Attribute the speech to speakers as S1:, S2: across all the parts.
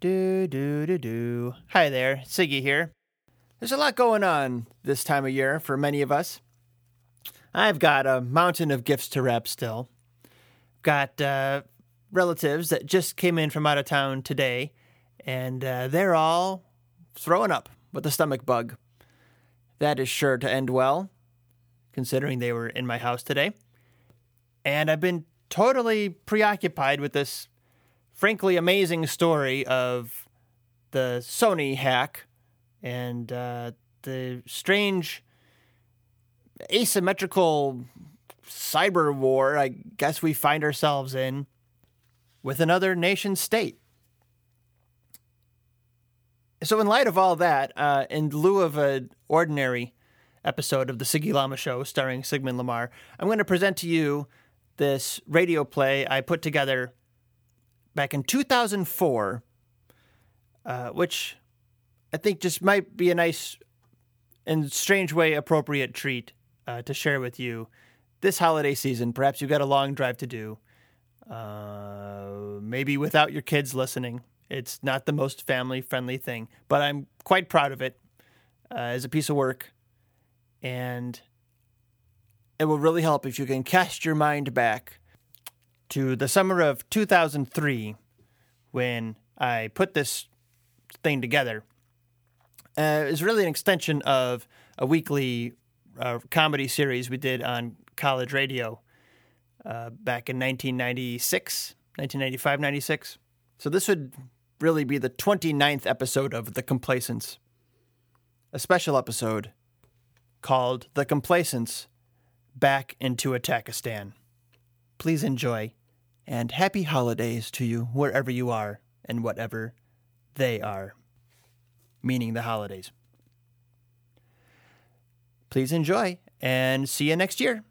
S1: Do, do, do, do. Hi there, Siggy here. There's a lot going on this time of year for many of us. I've got a mountain of gifts to wrap still. Got uh, relatives that just came in from out of town today, and uh, they're all throwing up with the stomach bug. That is sure to end well, considering they were in my house today. And I've been totally preoccupied with this frankly amazing story of the Sony hack and uh, the strange asymmetrical cyber war I guess we find ourselves in with another nation state. So, in light of all that, uh, in lieu of an ordinary episode of the Siggy Lama Show starring Sigmund Lamar, I'm going to present to you this radio play I put together back in 2004, uh, which I think just might be a nice and strange way appropriate treat uh, to share with you this holiday season. Perhaps you've got a long drive to do, uh, maybe without your kids listening. It's not the most family friendly thing, but I'm quite proud of it uh, as a piece of work. And it will really help if you can cast your mind back to the summer of 2003 when I put this thing together. Uh, it was really an extension of a weekly uh, comedy series we did on college radio uh, back in 1996, 1995, 96. So this would really be the 29th episode of The Complacence, a special episode called The Complacence Back into Attackistan please enjoy, and happy holidays to you wherever you are and whatever they are, meaning the holidays. Please enjoy, and see you next year.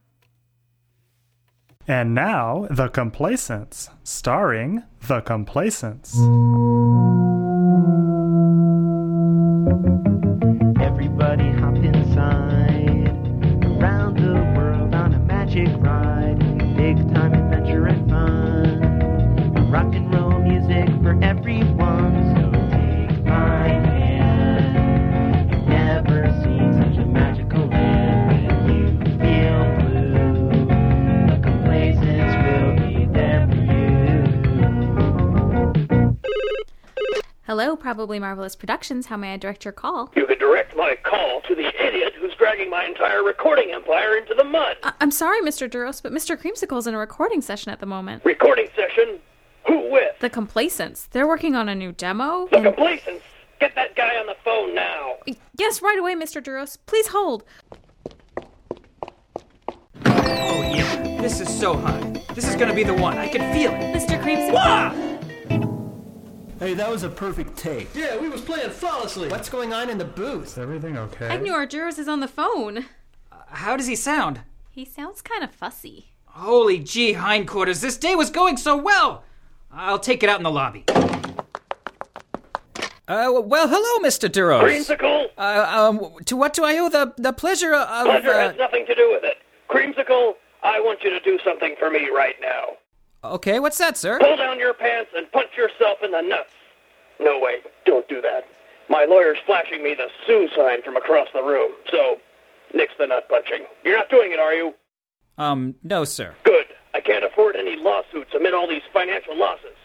S2: And now, The Complacents, starring The Complacents.
S3: Everybody hop inside. Around the world on a magic ride. Big time adventure and fun. Rock and roll music for everyone. So take my hand. You've never seen such a magical land. When you feel blue, the complacence will be there for you.
S4: Hello, Probably Marvelous Productions. How may I direct your call?
S5: You could direct my call to the idiot who's dragging my entire recording empire into the mud.
S4: I- I'm sorry, Mr. Duros, but Mr. Creamsicle's in a recording session at the moment.
S5: Recording session? Who with?
S4: The Complacents. They're working on a new demo.
S5: The
S4: and-
S5: complacents? Get that guy on the phone now.
S4: yes, right away, Mr. Duros. Please hold.
S6: Oh yeah, this is so hot. This is gonna be the one. I can feel it.
S4: Mr. Creamsicle.
S7: Hey, that was a perfect take.
S1: Yeah, we was playing flawlessly. What's going on in the
S2: Is
S1: booth?
S2: everything okay?
S4: Ignore Duros is on the phone.
S6: How does he sound?
S4: He sounds kind of fussy.
S6: Holy gee, hindquarters! This day was going so well. I'll take it out in the lobby. Uh, well, hello, Mr. Duros.
S5: Creamsicle?
S6: Uh, um, to what do I owe the the pleasure of?
S5: Pleasure
S6: Uh,
S5: has nothing to do with it. Creamsicle, I want you to do something for me right now.
S6: okay, what's that, sir?
S5: Pull down your pants and punch yourself in the nuts. No, wait, don't do that. My lawyer's flashing me the Sue sign from across the room, so nix the nut punching. You're not doing it, are you?
S6: Um, no, sir.
S5: Good. I can't afford any lawsuits amid all these financial losses.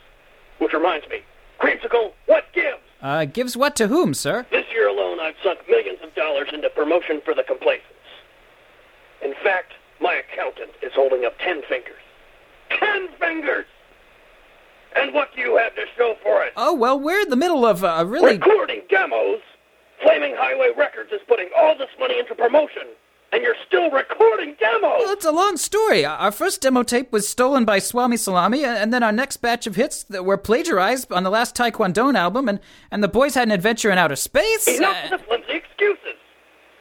S5: Which reminds me, Creamsicle, what gives?
S6: Uh, gives what to whom, sir?
S5: This year alone, I've sunk millions of dollars into promotion for the complacents. In fact, my accountant is holding up ten fingers. Ten fingers! And what do you have to show for it?
S6: Oh well, we're in the middle of uh, really.
S5: Recording demos? Flaming Highway Records is putting all this money into promotion, and you're still recording demos!
S6: Well, it's a long story. Our first demo tape was stolen by Swami Salami, and then our next batch of hits that were plagiarized on the last Taekwondo album, and, and the boys had an adventure in outer space.
S5: Enough with the flimsy excuses.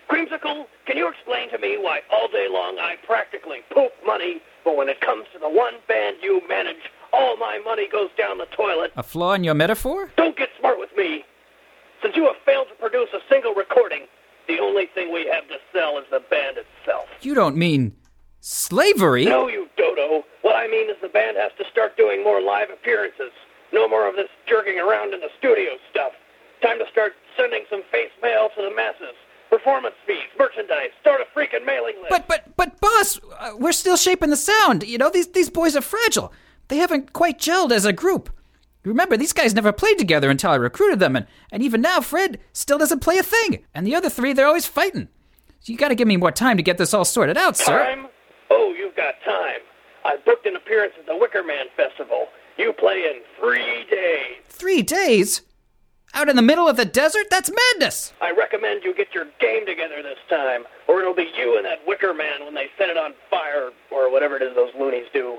S5: Creamsicle, can you explain to me why all day long I practically poop money, but when it comes to the one band you manage, all my money goes down the toilet?
S6: a flaw in your metaphor?
S5: Don't get smart with me. Since you have failed to produce a single recording, the only thing we have to sell is the band itself.
S6: You don't mean slavery?
S5: No, you dodo. What I mean is the band has to start doing more live appearances. No more of this jerking around in the studio stuff. Time to start sending some face mail to the masses. Performance fees, merchandise, start a freaking mailing list.
S6: But but but, boss, uh, we're still shaping the sound. You know these these boys are fragile. They haven't quite gelled as a group. Remember, these guys never played together until I recruited them, and, and even now, Fred still doesn't play a thing. And the other three, they're always fighting. So you got to give me more time to get this all sorted out, sir.
S5: Time? Oh, you've got time. I booked an appearance at the Wicker Man Festival. You play in three days.
S6: Three days? Out in the middle of the desert? That's madness!
S5: I recommend you get your game together this time, or it'll be you and that Wicker Man when they set it on fire, or whatever it is those loonies do.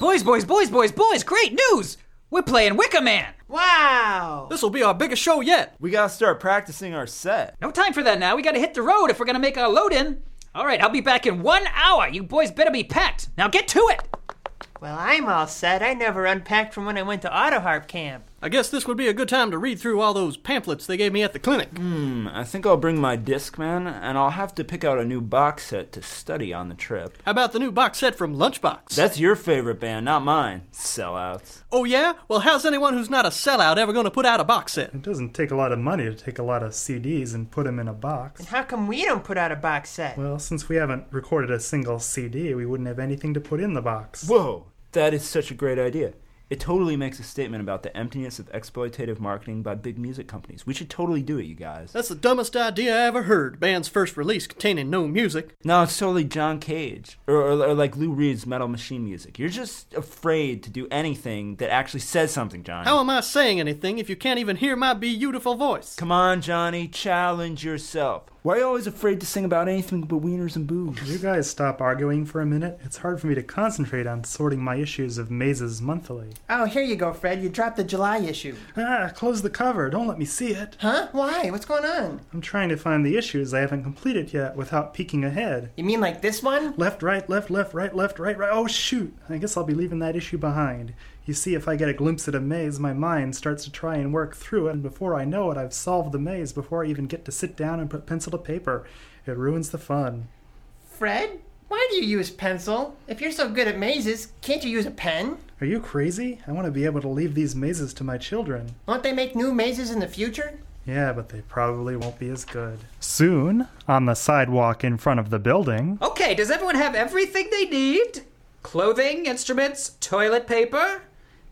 S6: Boys, boys, boys, boys, boys, great news! We're playing Wicker Man!
S7: Wow!
S8: This will be our biggest show yet.
S7: We gotta start practicing our set.
S6: No time for that now. We gotta hit the road if we're gonna make our load in. All right, I'll be back in one hour. You boys better be packed. Now get to it!
S3: Well, I'm all set. I never unpacked from when I went to Auto Harp camp.
S8: I guess this would be a good time to read through all those pamphlets they gave me at the clinic.
S7: Hmm, I think I'll bring my Discman, and I'll have to pick out a new box set to study on the trip.
S8: How about the new box set from Lunchbox?
S7: That's your favorite band, not mine. Sellouts.
S8: oh, yeah? Well, how's anyone who's not a sellout ever going to put out a box set?
S2: It doesn't take a lot of money to take a lot of CDs and put them in a box.
S3: How come we don't put out a box set?
S2: Well, since we haven't recorded a single CD, we wouldn't have anything to put in the box.
S7: Whoa, that is such a great idea. It totally makes a statement about the emptiness of exploitative marketing by big music companies. We should totally do it, you guys.
S8: That's the dumbest idea I ever heard. Band's first release containing no music.
S7: No, it's totally John Cage. Or, or, or like Lou Reed's Metal Machine music. You're just afraid to do anything that actually says something, Johnny.
S8: How am I saying anything if you can't even hear my beautiful voice?
S7: Come on, Johnny, challenge yourself. Why are you always afraid to sing about anything but wieners and boobs?
S2: You guys stop arguing for a minute. It's hard for me to concentrate on sorting my issues of Mazes Monthly.
S3: Oh, here you go, Fred. You dropped the July issue.
S2: Ah, close the cover. Don't let me see it.
S3: Huh? Why? What's going on?
S2: I'm trying to find the issues I haven't completed yet without peeking ahead.
S3: You mean like this one?
S2: Left, right, left, left, right, left, right, right. Oh, shoot. I guess I'll be leaving that issue behind. You see, if I get a glimpse at a maze, my mind starts to try and work through it, and before I know it, I've solved the maze before I even get to sit down and put pencil to paper. It ruins the fun.
S3: Fred? Why do you use pencil? If you're so good at mazes, can't you use a pen?
S2: Are you crazy? I want to be able to leave these mazes to my children.
S3: Won't they make new mazes in the future?
S2: Yeah, but they probably won't be as good. Soon, on the sidewalk in front of the building,
S6: Okay, does everyone have everything they need? Clothing, instruments, toilet paper?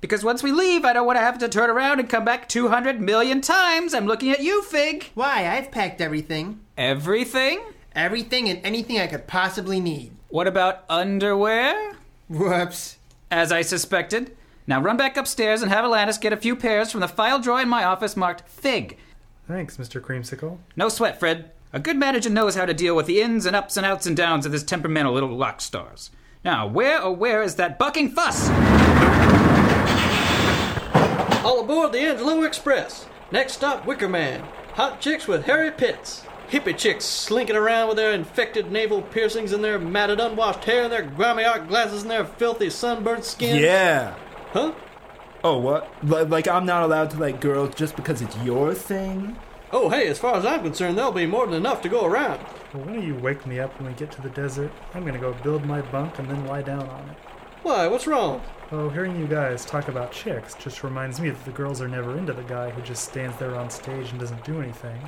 S6: Because once we leave, I don't want to have to turn around and come back 200 million times. I'm looking at you, Fig.
S3: Why? I've packed everything.
S6: Everything?
S3: Everything and anything I could possibly need.
S6: What about underwear?
S3: Whoops.
S6: As I suspected. Now run back upstairs and have Alanis get a few pairs from the file drawer in my office marked Fig.
S2: thanks, Mr. Creamsicle.
S6: No sweat, Fred. A good manager knows how to deal with the ins and ups and outs and downs of this temperamental little rock stars. Now, where oh where is that bucking fuss?
S8: All aboard the Angelo Express. Next stop, Wicker Man. Hot chicks with hairy pits. Hippie chicks slinking around with their infected navel piercings and their matted, unwashed hair and their grimy art glasses and their filthy sunburned skin.
S7: Yeah.
S8: Huh?
S7: Oh, what? Li- Like, I'm not allowed to like girls just because it's your thing?
S8: Oh, hey, as far as I'm concerned, there'll be more than enough to go around.
S2: Well, why don't you wake me up when we get to the desert? I'm gonna go build my bunk and then lie down on it.
S8: Why, what's wrong?
S2: Oh, hearing you guys talk about chicks just reminds me that the girls are never into the guy who just stands there on stage and doesn't do anything.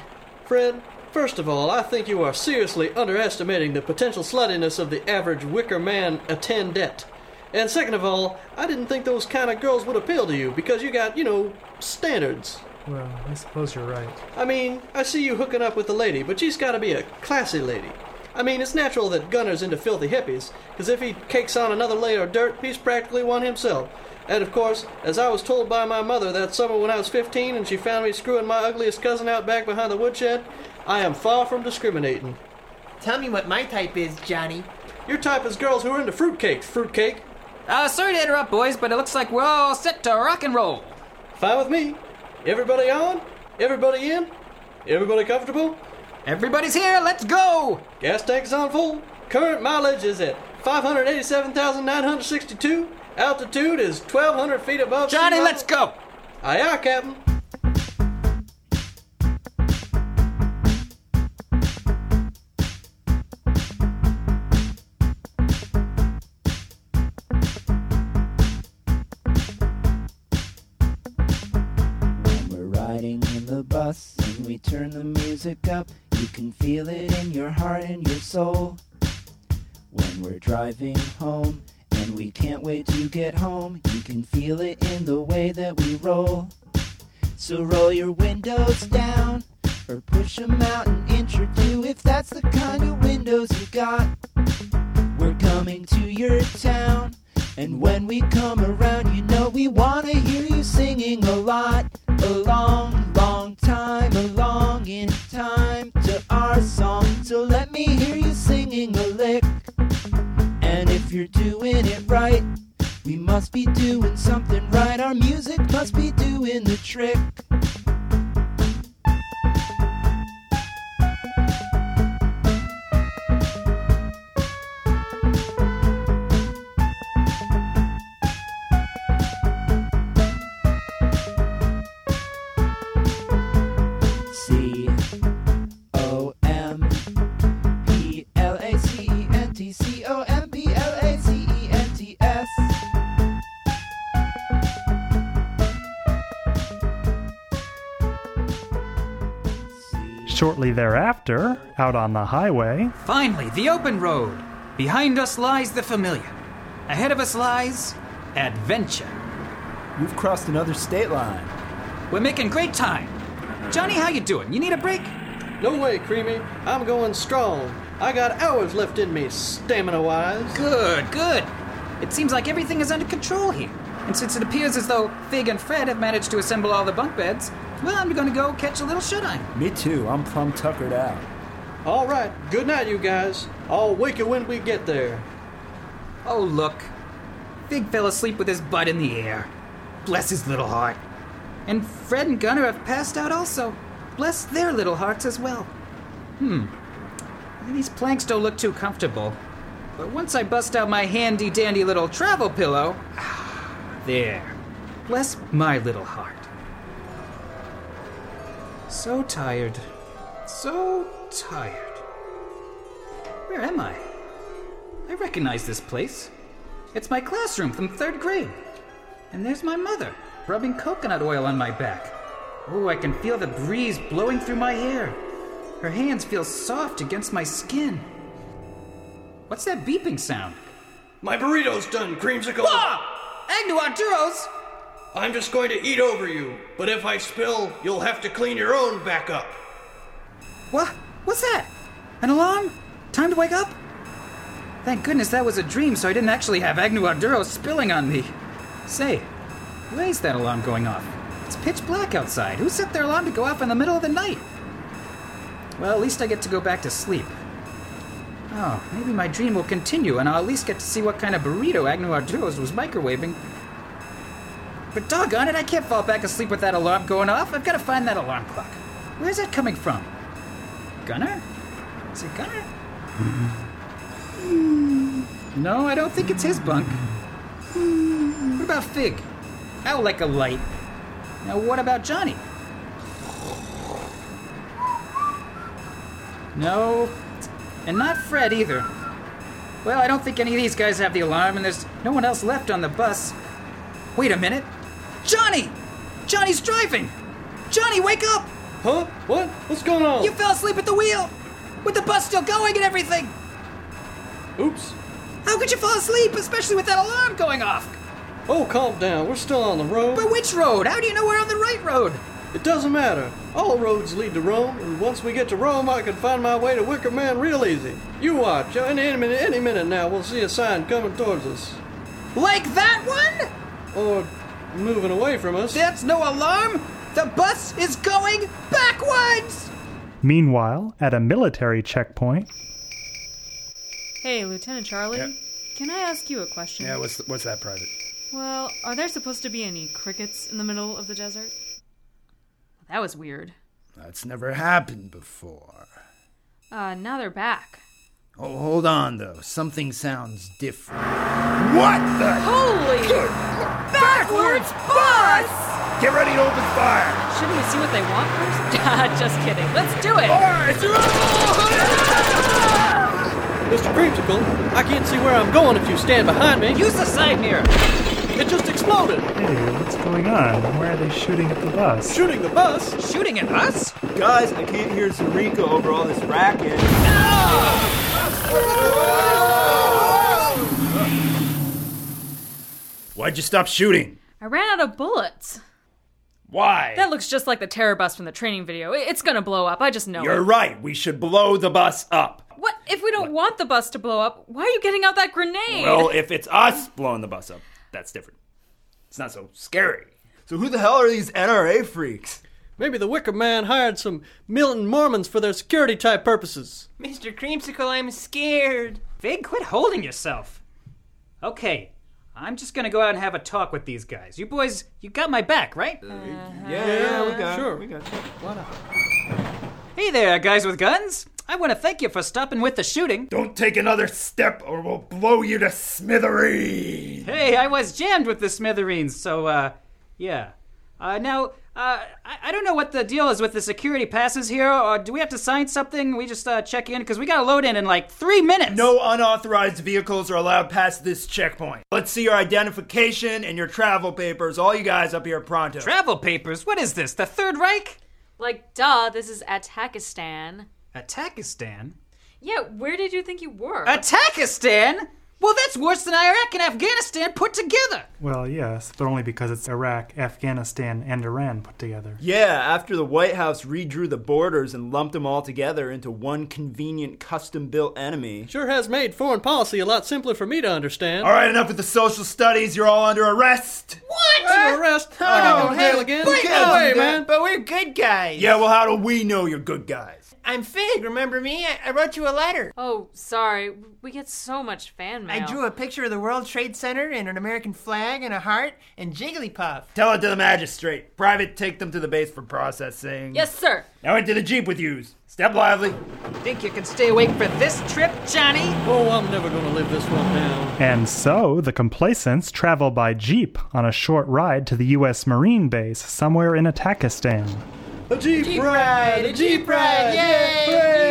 S8: Fred, first of all, I think you are seriously underestimating the potential sluttiness of the average Wicker Man attendant. And second of all, I didn't think those kind of girls would appeal to you because you got, you know, standards.
S2: Well, I suppose you're right.
S8: I mean, I see you hooking up with a lady, but she's got to be a classy lady. I mean, it's natural that Gunner's into filthy hippies, 'cause if he cakes on another layer of dirt, he's practically one himself. And of course, as I was told by my mother that summer when I was 15 and she found me screwing my ugliest cousin out back behind the woodshed, I am far from discriminating.
S3: Tell me what my type is, Johnny.
S8: Your type is girls who are into fruitcakes, fruitcake.
S6: Uh, sorry to interrupt, boys, but it looks like we're all set to rock and roll.
S8: Fine with me. Everybody on? Everybody in? Everybody comfortable?
S6: Everybody's here, let's go!
S8: Gas tank is on full. Current mileage is at 587,962. Altitude is 1,200 feet above. sea
S6: Johnny,
S8: level.
S6: let's go!
S8: Aye, aye, Captain.
S3: the bus and we turn the music up. You can feel it in your heart and your soul when we're driving home. And we can't wait to get home. You can feel it in the way that we roll. So roll your windows down or push them out an inch or two if that's the kind of windows you got. We're coming to your town. And when we come around, you know we want to hear you singing a lot. A long, long time, along in time to our song. So let me hear you singing a lick. And if you're doing it right, we must be doing something right. Our music must be doing the trick. C O M P L A C E N T C O M P L A C E N T S.
S2: Shortly thereafter, out on the highway,
S6: Finally, the open road. Behind us lies the familiar. Ahead of us lies adventure.
S9: You've crossed another state line.
S6: We're making great time. Johnny, how you doing? You need a break?
S8: No way, Creamy. I'm going strong. I got hours left in me, stamina wise.
S6: Good, good. It seems like everything is under control here. And since it appears as though Fig and Fred have managed to assemble all the bunk beds, well, I'm gonna go catch a little shut eye.
S9: Me too. I'm plumb tuckered out.
S8: All right, good night, you guys. I'll wake you when we get there.
S6: Oh, look. Fig fell asleep with his butt in the air. Bless his little heart. And Fred and Gunner have passed out also. Bless their little hearts as well. Hmm. These planks don't look too comfortable. But once I bust out my handy dandy little travel pillow. There. Bless my little heart. So tired. So tired. Where am I? I recognize this place. It's my classroom from third grade. And there's my mother, rubbing coconut oil on my back. Oh, I can feel the breeze blowing through my hair. Her hands feel soft against my skin. What's that beeping sound?
S8: My burrito's done, Creamsicle.
S6: Ah! Agnew Arturos!
S8: I'm just going to eat over you, but if I spill, you'll have to clean your own back up.
S6: What? What's that? An alarm? Time to wake up? Thank goodness that was a dream, so I didn't actually have Agnew Arduro spilling on me. Say, where's that alarm going off? It's pitch black outside. Who set their alarm to go off in the middle of the night? Well, at least I get to go back to sleep. Oh, maybe my dream will continue, and I'll at least get to see what kind of burrito Agnew Arduros was microwaving. But doggone it, I can't fall back asleep with that alarm going off. I've got to find that alarm clock. Where's that coming from? Gunner? Is it Gunner? no, I don't think it's his bunk. what about Fig? Out like a light. Now, what about Johnny? No, and not Fred either. Well, I don't think any of these guys have the alarm, and there's no one else left on the bus. Wait a minute. Johnny! Johnny's driving! Johnny, wake up!
S8: Huh? What? What's going on?
S6: You fell asleep at the wheel! With the bus still going and everything!
S8: Oops.
S6: How could you fall asleep, especially with that alarm going off?
S8: Oh, calm down. We're still on the road.
S6: But which road? How do you know we're on the right road?
S8: It doesn't matter. All roads lead to Rome, and once we get to Rome, I can find my way to Wicker Man real easy. You watch. Uh, Any, any minute, any minute now, we'll see a sign coming towards us,
S6: Like that one?
S8: or moving away from us.
S6: That's no alarm! The bus is going backwards!
S2: meanwhile, at a military checkpoint,
S4: Hey, Lieutenant Charlie.
S10: Yeah.
S4: Can I ask you a question?
S10: Yeah, what's, what's that, Private?
S4: Well, are there supposed to be any crickets in the middle of the desert? That was weird.
S10: That's never happened before.
S4: Uh, now they're back.
S10: Oh, hold on, though. Something sounds different. What the?
S4: Holy!
S10: Backwards
S4: bus!
S10: Get ready to open fire!
S4: Shouldn't we see what they want first? Just kidding. Let's do it!
S8: Mr. Creamsicle, I can't see where I'm going if you stand behind me.
S6: Use the side mirror!
S8: It just exploded!
S2: Hey, what's going on? Why are they shooting at the bus?
S8: Shooting the bus?
S6: Shooting at us?
S7: Guys, I can't hear Zarika over all this racket.
S11: Why'd you stop shooting?
S4: I ran out of bullets.
S11: Why?
S4: That looks just like the terror bus from the training video. I- It's gonna blow up. I just know
S11: You're
S4: it.
S11: right. We should blow the bus up.
S4: What if we don't want the bus to blow up? Why are you getting out that grenade?
S11: Well, if it's us blowing the bus up, that's different. It's not so scary.
S7: So who the hell are these NRA freaks?
S8: Maybe the Wicker Man hired some militant Mormons for their security type purposes.
S12: Mr. Creamsicle, I'm scared.
S6: Vig, quit holding yourself. Okay, I'm just gonna go out and have a talk with these guys. You boys, you got my back, right?
S7: Yeah, yeah, we got
S8: Sure.
S7: We got
S6: Hey there, guys with guns. I want to thank you for stopping with the shooting.
S11: Don't take another step or we'll blow you to smithereens.
S6: Hey, I was jammed with the smithereens, so, uh, yeah. Uh, now, uh, I, I don't know what the deal is with the security passes here, or do we have to sign something? We just, uh, check in, because we gotta load in in like three minutes.
S11: No unauthorized vehicles are allowed past this checkpoint. Let's see your identification and your travel papers. All you guys up here pronto.
S6: Travel papers? What is this, the Third Reich?
S4: like, duh, this is Atakistan.
S6: Atakistan?
S4: Yeah, where did you think you were?
S6: Atakistan? Well, that's worse than Iraq and Afghanistan put together.
S2: Well, yes, but only because it's Iraq, Afghanistan, and Iran put together.
S7: Yeah, after the White House redrew the borders and lumped them all together into one convenient custom built enemy.
S8: Sure has made foreign policy a lot simpler for me to understand.
S11: All right, enough with the social studies. You're all under arrest.
S8: Under arrest. I got
S12: Oh,
S8: to
S12: hey,
S8: jail again.
S12: wait,
S8: Get
S12: no,
S8: away, man.
S12: But we're good guys.
S11: Yeah, well, how do we know you're good guys?
S12: I'm Fig, remember me? I, I wrote you a letter.
S4: oh, sorry. We get so much fan mail.
S12: I drew a picture of the World Trade Center and an American flag and a heart and Jigglypuff.
S11: Tell it to the magistrate. Private, take them to the base for processing.
S4: Yes, sir.
S11: Now into the jeep with yous. Step lively.
S6: Think you can stay awake for this trip, Johnny?
S8: Oh, I'm never going to live this one down.
S2: And so, the complacents travel by jeep on a short ride to the U.S. Marine base somewhere in Atakistan.
S8: A Jeep,
S12: ride, a Jeep ride, yay,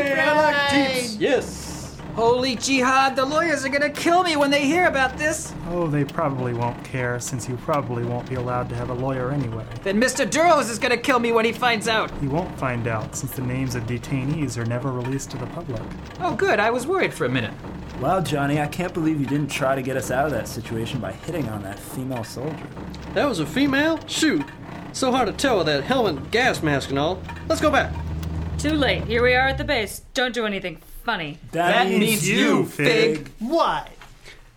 S12: Jeep
S8: I like
S12: ride.
S8: Jeeps. Yes.
S6: Holy jihad, the lawyers are gonna kill me when they hear about this.
S2: Oh, they probably won't care since you probably won't be allowed to have a lawyer anyway.
S6: Then Mr. Duros is gonna kill me when he finds out.
S2: You won't find out since the names of detainees are never released to the public.
S6: Oh, good, I was worried for a minute.
S7: Wow, Johnny, I can't believe you didn't try to get us out of that situation by hitting on that female soldier.
S8: That was a female? Shoot. So hard to tell with that helmet and gas mask and all. Let's go back.
S4: Too late. Here we are at the base. Don't do anything funny.
S6: That means you, Fig.
S12: What?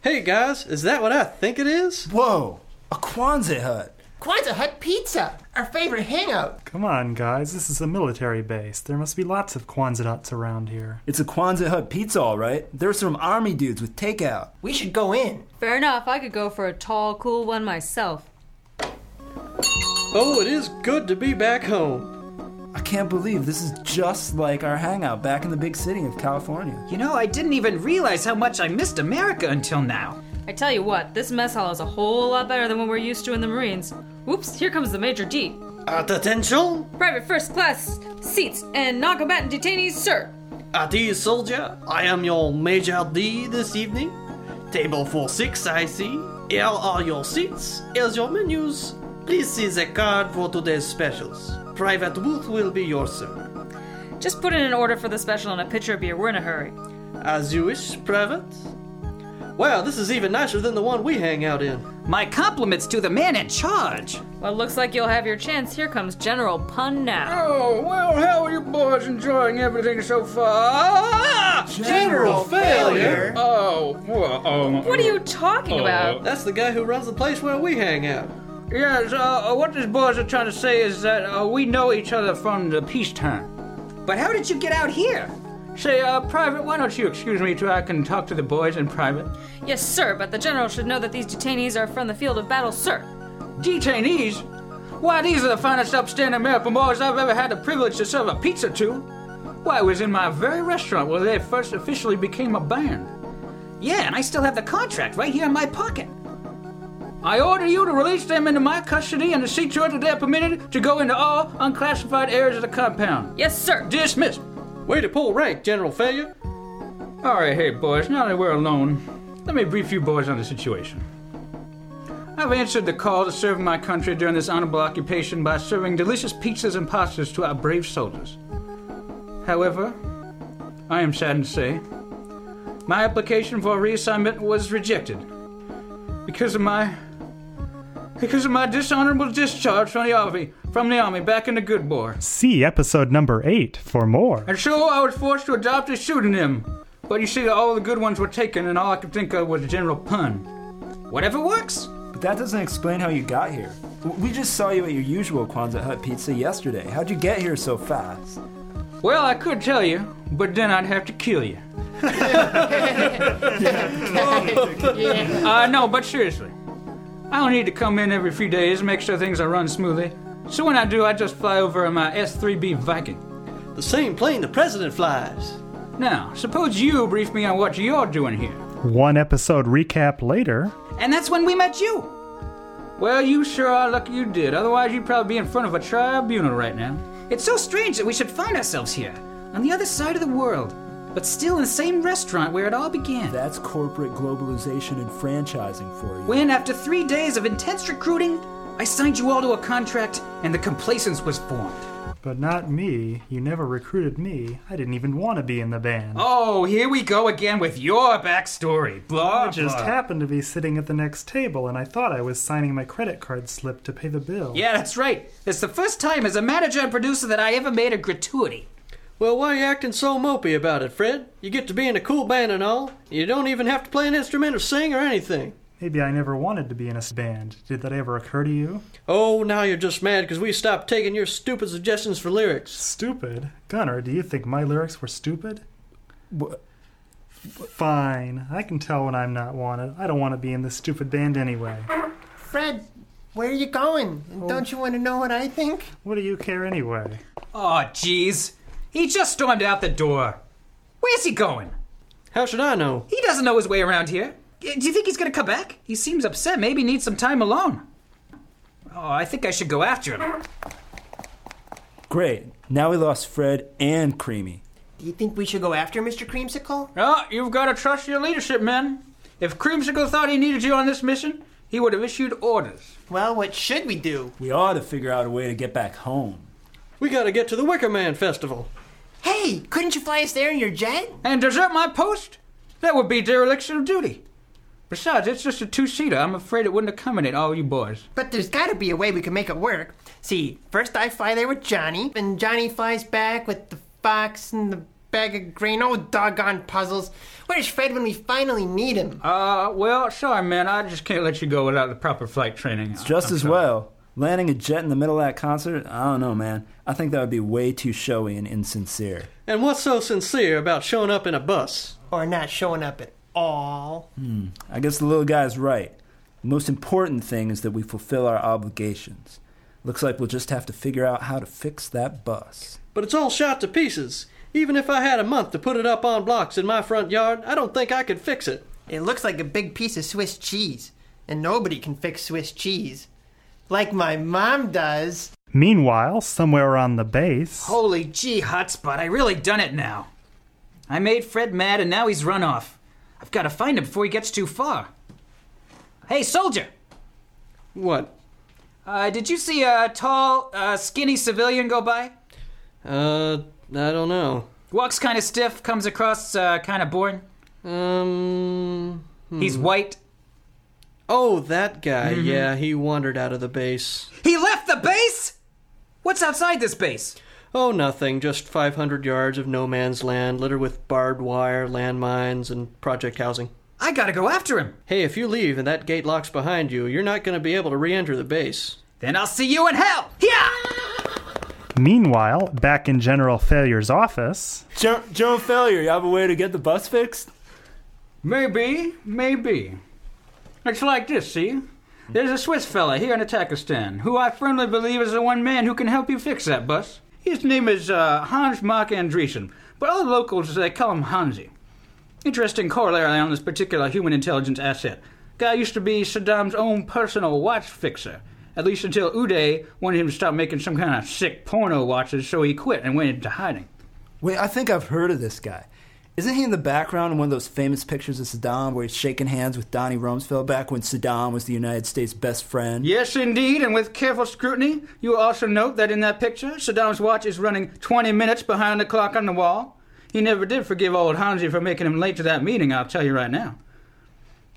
S8: Hey guys, is that what I think it is?
S7: Whoa, a Quonset hut.
S12: Quanta Hut Pizza, our favorite hangout.
S2: Come on, guys, this is a military base. There must be lots of Quonset huts around here.
S7: It's a Quonset hut pizza, all right. There's some army dudes with takeout.
S12: We should go in.
S4: Fair enough. I could go for a tall, cool one myself.
S8: Oh, it is good to be back home.
S7: I can't believe this is just like our hangout back in the big city of California.
S6: You know, I didn't even realize how much I missed America until now.
S4: I tell you what, this mess hall is a whole lot better than what we're used to in the Marines. Whoops, here comes the Major D.
S8: At attention,
S4: Private first class seats and non combatant detainees, sir.
S8: at ease, soldier. I am your Major D this evening. Table for six, I see. Here are your seats. Here's your menus. Please see the card for today's specials. Private Booth will be your server.
S4: Just put in an order for the special and a pitcher of beer. We're in a hurry.
S8: As you wish, Private. Wow, this is even nicer than the one we hang out in.
S6: My compliments to the man in charge.
S4: Well, looks like you'll have your chance. Here comes General Pun now.
S6: Oh, well, how are you boys enjoying everything so far?
S8: General failure?
S6: Oh, well, oh.
S4: What are you talking about?
S8: That's the guy who runs the place where we hang out.
S6: Yes, uh, what these boys are trying to say is that uh, we know each other from the peacetime. But how did you get out here? Say, uh, Private, why don't you excuse me till I can talk to the boys in private?
S4: Yes, sir, but the General should know that these detainees are from the field of battle, sir.
S6: Detainees? Why, these are the finest upstanding American boys I've ever had the privilege to serve a pizza to. Why, it was in my very restaurant where they first officially became a band. Yeah, and I still have the contract right here in my pocket. I order you to release them into my custody and to see to it that they're permitted to go into all unclassified areas of the compound.
S4: Yes, sir.
S6: Dismissed.
S8: Way to pull rank, General Failure.
S6: All right, hey boys, now that we're alone, let me brief you boys on the situation.
S13: I've answered the call to serve my country during this honorable occupation by serving delicious pizzas and pastas to our brave soldiers. However, I am saddened to say, my application for reassignment was rejected because of my because of my dishonorable discharge from the army from the army back in the good war.
S2: See episode number 8 for more.
S13: And so I was forced to adopt a pseudonym. But you see, all the good ones were taken, and all I could think of was a general pun. Whatever works.
S7: But that doesn't explain how you got here. W- We just saw you at your usual Kwanzaa Hut pizza yesterday. How'd you get here so fast?
S13: Well, I could tell you, but then I'd have to kill you. Uh, no, but seriously, I don't need to come in every few days, make sure things are run smoothly. So when I do, I just fly over in my S3B Viking. The same plane the president flies. Now, suppose you brief me on what you're doing here.
S2: One episode recap later.
S13: And that's when we met you. Well, you sure are lucky you did. Otherwise, you'd probably be in front of a tribunal right now.
S6: It's so strange that we should find ourselves here, on the other side of the world, but still in the same restaurant where it all began.
S7: That's corporate globalization and franchising for you.
S6: When, after three days of intense recruiting, I signed you all to a contract and the complacence was formed.
S2: But not me. You never recruited me. I didn't even want to be in the band.
S13: Oh, here we go again with your backstory. Blah,
S2: I just
S13: blah.
S2: happened to be sitting at the next table and I thought I was signing my credit card slip to pay the bill.
S6: Yeah, that's right. It's the first time as a manager and producer that I ever made a gratuity.
S8: Well, why are you acting so mopey about it, Fred? You get to be in a cool band and all. You don't even have to play an instrument or sing or anything.
S2: Maybe I never wanted to be in a s- band. Did that ever occur to you?
S8: Oh, now you're just mad because we stopped taking your stupid suggestions for lyrics.
S2: Stupid? Gunnar, do you think my lyrics were stupid? What? Fine. I can tell when I'm not wanted. I don't want to be in this stupid band anyway.
S12: Fred, where are you going? And Don't you want to know what I think?
S2: Oh. What do you care anyway?
S6: Oh, jeez. He just stormed out the door. Where's he going?
S8: How should I know?
S6: He doesn't know his way around here. Y- Do you think he's gonna come back? He seems upset. Maybe needs some time alone. Oh, I think I should go after him.
S7: Great. Now we lost Fred and Creamy.
S12: Do you think we should go after Mr. Creamsicle?
S13: Oh, you've got to trust your leadership, men. If Creamsicle thought he needed you on this mission, he would have issued orders.
S12: Well, what should we do?
S7: We ought to figure out a way to get back home.
S8: We gotta get to the Wicker Man Festival.
S12: Hey, couldn't you fly us there in your jet?
S13: And desert my post? That would be dereliction of duty. Besides, it's just a two-seater. I'm afraid it wouldn't accommodate all you boys.
S12: But there's got to be a way we can make it work. See, first I fly there with Johnny, and Johnny flies back with the fox and the bag of grain. Oh, doggone puzzles. Where's Fred when we finally need him?
S13: Uh, well, sorry, man. I just can't let you go without the proper flight training.
S7: It's just as well. Landing a jet in the middle of that concert? I don't know, man. I think that would be way too showy and insincere.
S8: And what's so sincere about showing up in a bus?
S12: Or not showing up at all.
S7: Hmm. I guess the little guy's right. The most important thing is that we fulfill our obligations. Looks like we'll just have to figure out how to fix that bus.
S8: But it's all shot to pieces. Even if I had a month to put it up on blocks in my front yard, I don't think I could fix it.
S12: It looks like a big piece of Swiss cheese, and nobody can fix Swiss cheese. Like my mom does.
S2: Meanwhile, somewhere on the base.
S6: Holy gee, hotspot! I really done it now. I made Fred mad, and now he's run off. I've got to find him before he gets too far. Hey, soldier!
S8: What?
S6: Uh, did you see a tall, uh, skinny civilian go by?
S8: Uh, I don't know.
S6: Walks kind of stiff, comes across uh, kind of bored.
S8: Um.
S6: He's white.
S8: Oh, that guy.
S12: Mm-hmm.
S6: Mhm.
S8: Yeah, he wandered out of the base.
S6: He left the base? What's outside this base?
S8: Oh, nothing. Just 500 yards of no man's land littered with barbed wire, landmines, and project housing.
S6: I gotta go after him.
S8: Hey, if you leave and that gate locks behind you, you're not gonna be able to re enter the base.
S6: Then I'll see you in hell! Yeah!
S2: Meanwhile, back in General Failure's office.
S7: Joe, Joe Failure, you have a way to get the bus fixed?
S13: Maybe, maybe. It's like this, see? There's a Swiss fella here in Atakistan who I firmly believe is the one man who can help you fix that bus. His name is uh, Hans Mark Andriessen, but all the locals, they call him Hansi. Interesting corollary on this particular human intelligence asset. Guy used to be Saddam's own personal watch fixer, at least until Uday wanted him to stop making some kind of sick porno watches, so he quit and went into hiding.
S7: Wait, I think I've heard of this guy. Isn't he in the background in one of those famous pictures of Saddam where he's shaking hands with Donnie Rumsfeld back when Saddam was the United States' best friend?
S13: Yes, indeed, and with careful scrutiny, you will also note that in that picture, Saddam's watch is running 20 minutes behind the clock on the wall. He never did forgive old Hansi for making him late to that meeting, I'll tell you right now.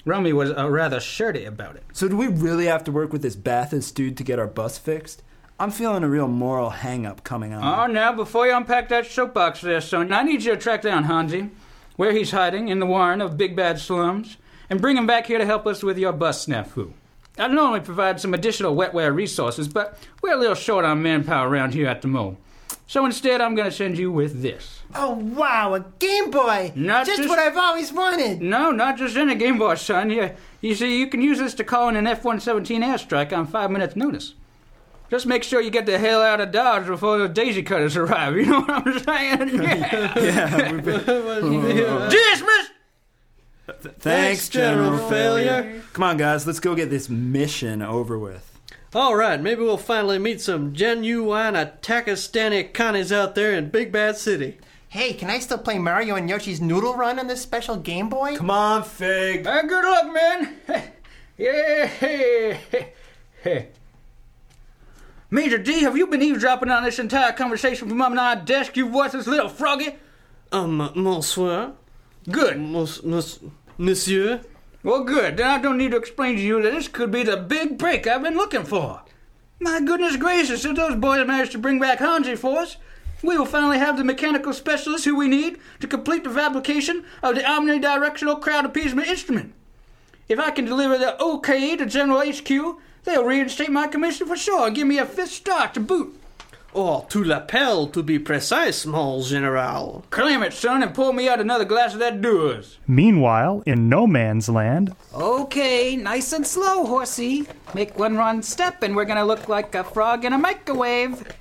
S13: Romy was uh, rather shirty about it.
S7: So do we really have to work with this Bathist dude to get our bus fixed? I'm feeling a real moral hang-up coming on.
S13: Oh, now, before you unpack that soapbox there, son, I need you to track down Hansi, where he's hiding in the warren of Big Bad Slums, and bring him back here to help us with your bus snafu. I normally provide some additional wetware resources, but we're a little short on manpower around here at the moment. So instead, I'm going to send you with this.
S12: Oh, wow, a Game Boy!
S13: Not
S12: Just what I've always wanted!
S13: No, not just any Game Boy, son. You, you see, you can use this to call in an F-117 airstrike on five minutes' notice. Just make sure you get the hell out of Dodge before the daisy cutters arrive. You know what I'm saying? Yeah. Dismiss!
S7: Thanks, General, failure. Come on, guys, let's go get this mission over with.
S8: All right, maybe we'll finally meet some genuine Atakistani connies out there in Big Bad City.
S12: Hey, can I still play Mario and Yoshi's Noodle Run on this special Game Boy? Come
S7: on, Fig!
S13: Uh, good luck, man! yeah! Hey, hey, hey. Major D, have you been eavesdropping on this entire conversation from under our desk, you worthless little froggy?
S8: Um, monsieur.
S13: Good.
S8: monsieur.
S13: Well, good. Then I don't need to explain to you that this could be the big break I've been looking for. My goodness gracious, if those boys manage to bring back Hansi for us, we will finally have the mechanical specialist who we need to complete the fabrication of the omnidirectional crowd appeasement instrument. If I can deliver the OK to General HQ, they'll reinstate my commission for sure and give me a fifth star to boot.
S8: Or Oh, to lapel, to be precise, mon general.
S13: Clam it, son, and pour me out another glass of that Dewar's.
S2: Meanwhile, in no man's land,
S6: Okay, nice and slow, horsey. Make one wrong step, and we're gonna look like a frog in a microwave.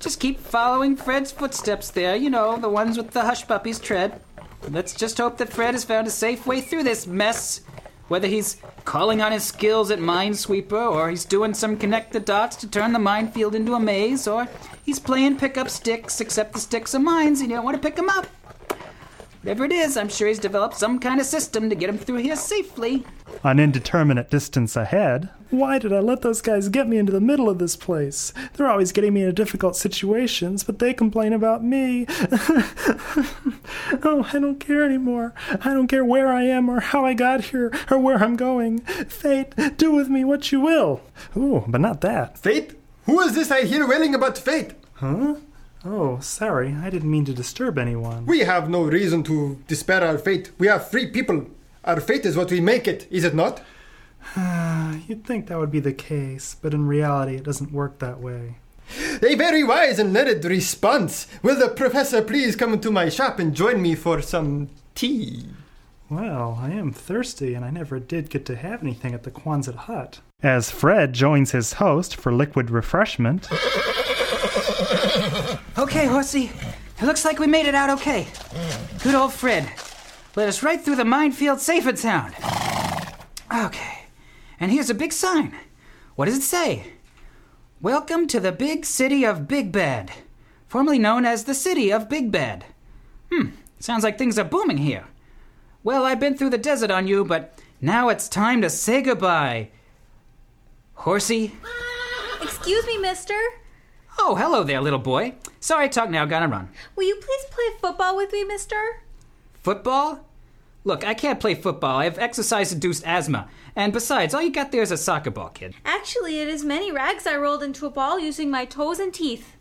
S6: Just keep following Fred's footsteps there, you know, the ones with the hush puppies tread. Let's just hope that Fred has found a safe way through this mess. Whether he's calling on his skills at Minesweeper, or he's doing some connect the dots to turn the minefield into a maze, or he's playing pick up sticks, except the sticks are mines and you don't want to pick 'em up. Whatever it is, I'm sure he's developed some kind of system to get him through here safely.
S2: an indeterminate distance ahead. Why did I let those guys get me into the middle of this place? They're always getting me into difficult situations, but they complain about me. oh, I don't care anymore. I don't care where I am or how I got here or where I'm going. Fate, do with me what you will. Ooh, but not that.
S14: Fate? Who is this I hear wailing about fate?
S2: Huh? Oh, sorry. I didn't mean to disturb anyone.
S14: We have no reason to despair our fate. We are free people. Our fate is what we make it, is it not?
S2: You'd think that would be the case, but in reality, it doesn't work that way.
S14: A very wise and learned response. Will the professor please come into my shop and join me for some tea?
S2: Well, Oh, I am thirsty, and I never did get to have anything at the Quonset hut. As Fred joins his host for liquid refreshment,
S6: Okay, horsey. It looks like we made it out okay. Good old Fred. Led us right through the minefield safe and sound. Okay. And here's a big sign. What does it say? Welcome to the big city of Big Bad, formerly known as the city of Big Bad. Hmm, sounds like things are booming here. Well, I've been through the desert on you, but now it's time to say goodbye. Horsey?
S15: Excuse me, mister.
S6: Oh, hello there, little boy. Sorry, talk now, gotta run.
S15: Will you please play football with me, mister?
S6: Football? Look, I can't play football. I have exercise induced asthma. And besides, all you got there is a soccer ball, kid.
S15: Actually, it is many rags I rolled into a ball using my toes and teeth.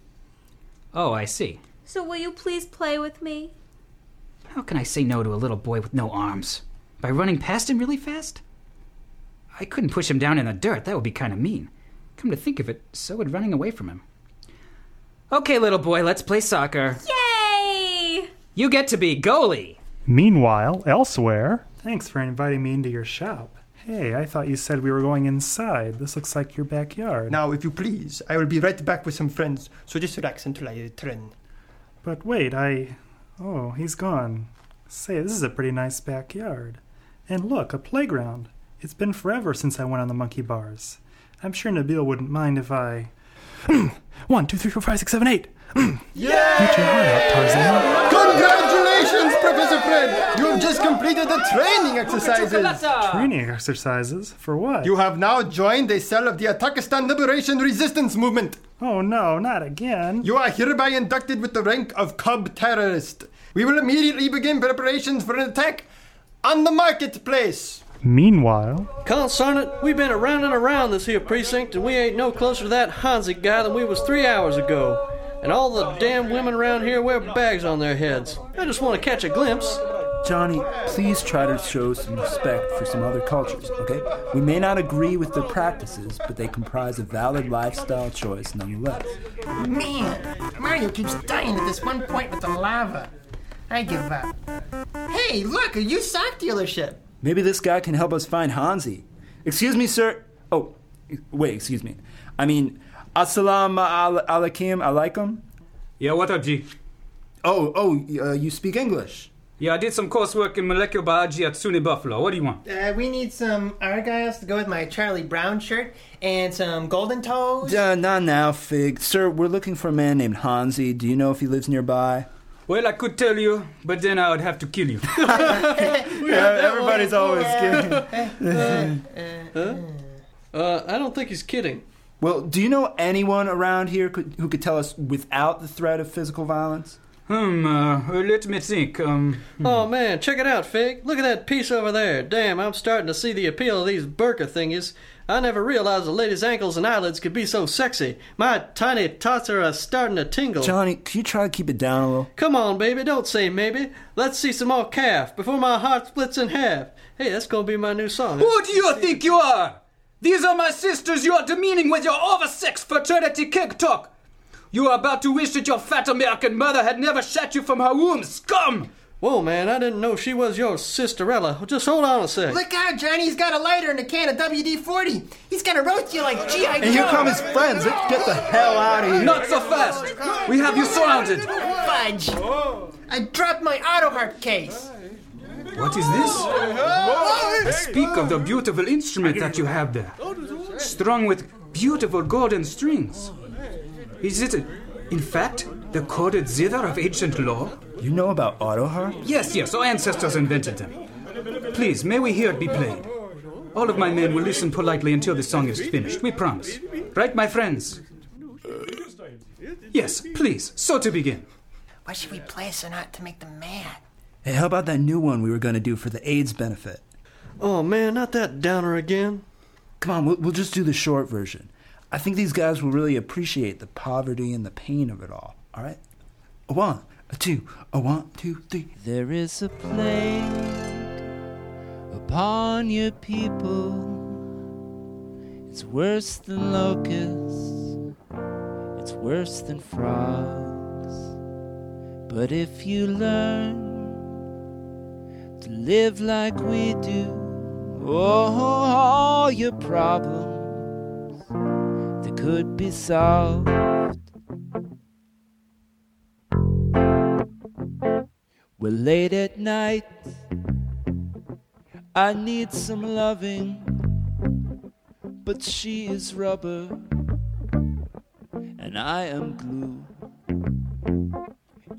S6: Oh, I see.
S15: So will you please play with me?
S6: How can I say no to a little boy with no arms? By running past him really fast? I couldn't push him down in the dirt. That would be kind of mean. Come to think of it, so would running away from him. Okay, little boy, let's play soccer.
S15: Yay!
S6: You get to be goalie.
S2: meanwhile, elsewhere. Thanks for inviting me into your shop. Hey, I thought you said we were going inside. This looks like your backyard.
S14: Now, if you please, I will be right back with some friends, so just relax until I return.
S2: But wait, I. Oh, he's gone. Say, this is a pretty nice backyard. And look, a playground. It's been forever since I went on the monkey bars. I'm sure Nabil wouldn't mind if I. One, two, three, four, five, six, seven, eight. Eat your heart out, Tarzan.
S14: Congratulations! Congratulations, Professor Fred! You have just completed the training exercises!
S2: Training exercises? For what?
S14: You have now joined a cell of the Atakistan Liberation Resistance Movement!
S2: Oh no, not again!
S14: You are hereby inducted with the rank of Cub Terrorist. We will immediately begin preparations for an attack on the marketplace!
S2: Meanwhile,
S8: Concern it, we've been around and around this here precinct, and we ain't no closer to that Hansi guy than we was three hours ago. And all the damn women around here wear bags on their heads. I just want to catch a glimpse.
S7: Johnny, please try to show some respect for some other cultures, okay? We may not agree with their practices, but they comprise a valid lifestyle choice nonetheless.
S12: Man, Mario keeps dying at this one point with the lava. I give up. Hey, look, a used sock dealership.
S7: Maybe this guy can help us find Hansi. Excuse me, sir. Oh, e- wait, excuse me. I mean, assalamu al- alaikum alaikum.
S16: Yeah, what up, G?
S7: Oh, oh, y- uh, you speak English.
S16: Yeah, I did some coursework in molecular biology at SUNY Buffalo. What do you want?
S12: Uh, we need some Argyles to go with my Charlie Brown shirt and some golden toes.
S7: Uh, not now, Fig. Sir, we're looking for a man named Hansi. Do you know if he lives nearby?
S16: Well, I could tell you, but then I would have to kill you.
S7: everybody's
S13: Oh,
S7: always
S8: kidding. Huh? Uh, I don't think he's kidding.
S7: Well, do you know anyone around here could, who could tell us without the threat of physical violence?
S16: Hmm, uh, let me think. Um,
S8: Oh man, check it out, Fig. Look at that piece over there. Damn, I'm starting to see the appeal of these burka thingies. I never realized a lady's ankles and eyelids could be so sexy. My tiny tots are uh, starting to tingle.
S7: Johnny, can you try to keep it down a little?
S8: Come on, baby, don't say maybe. Let's see some more calf before my heart splits in half. Hey, that's gonna be my new song.
S16: Who do you think you are? These are my sisters you are demeaning with your oversexed fraternity kick talk. You are about to wish that your fat American mother had never shat you from her womb, scum!
S8: Whoa, man, I didn't know she was your sisterella. Just hold on a sec.
S12: Look out, Johnny's got a lighter and a can of WD 40. He's gonna roast you like G.I. Joe.
S7: And here come his friends. Let's get the hell out of here.
S16: Not so fast. We have you surrounded.
S12: Fudge. I dropped my auto harp case.
S16: What is this? Speak of the beautiful instrument that you have there, strung with beautiful golden strings. Is it, in fact, the corded zither of ancient lore?
S7: You know about auto harp?
S16: Yes, yes, our ancestors invented them. Please, may we hear it be played. All of my men will listen politely until the song is finished, we promise. Right, my friends? Yes, please, so to begin.
S12: What should we play so not to make them mad?
S7: Hey, how about that new one we were going to do for the AIDS benefit?
S8: Oh man, not that downer again.
S7: Come on, we'll, we'll just do the short version. I think these guys will really appreciate the poverty and the pain of it all. All right? A one, a two, a one, two, three.
S17: There is a plague upon your people. It's worse than locusts, it's worse than frogs. But if you learn to live like we do, oh, all your problems they could be solved. We're late at night. I need some loving, but she is rubber and I am glue.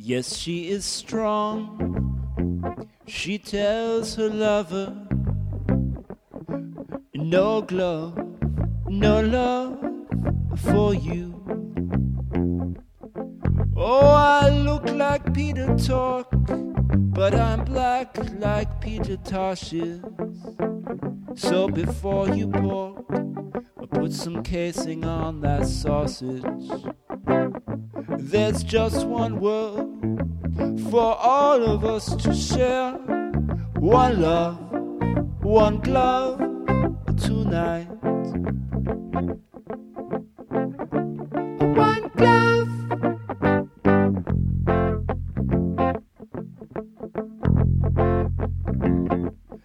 S17: Yes, she is strong. She tells her lover, No glove, no love for you. Oh, I look like Peter Talk, but I'm black like Peter Tosh is. So before you pork, I put some casing on that sausage. There's just one world for all of us to share. One love, one glove tonight. One glove.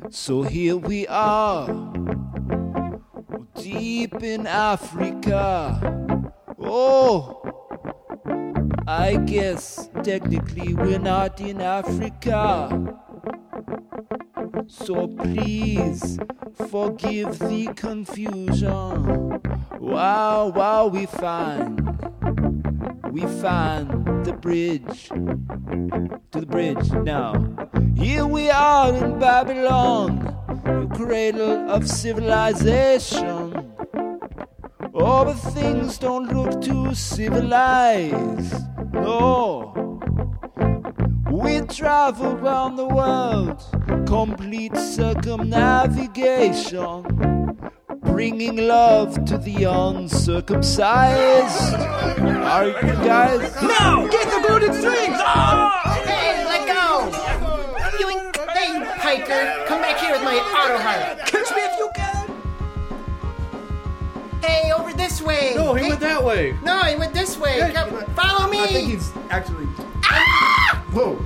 S17: So here we are, deep in Africa. Oh, I guess technically we're not in Africa. So please forgive the confusion. Wow, wow, we find, we find the bridge. To the bridge now. Here we are in Babylon, the cradle of civilization. Oh, but things don't look too civilized. No. We travel round the world, complete circumnavigation, bringing love to the uncircumcised. Are you guys?
S12: No!
S17: Get the booted strings!
S12: Ah! Hey, let go! You in- hey, hiker, come back here with my auto heart. Catch me if you can. Hey, over this way.
S8: No, he
S12: Hey-
S8: went that way.
S12: No, he went this way. Come, follow me.
S14: I think he's actually. Whoa!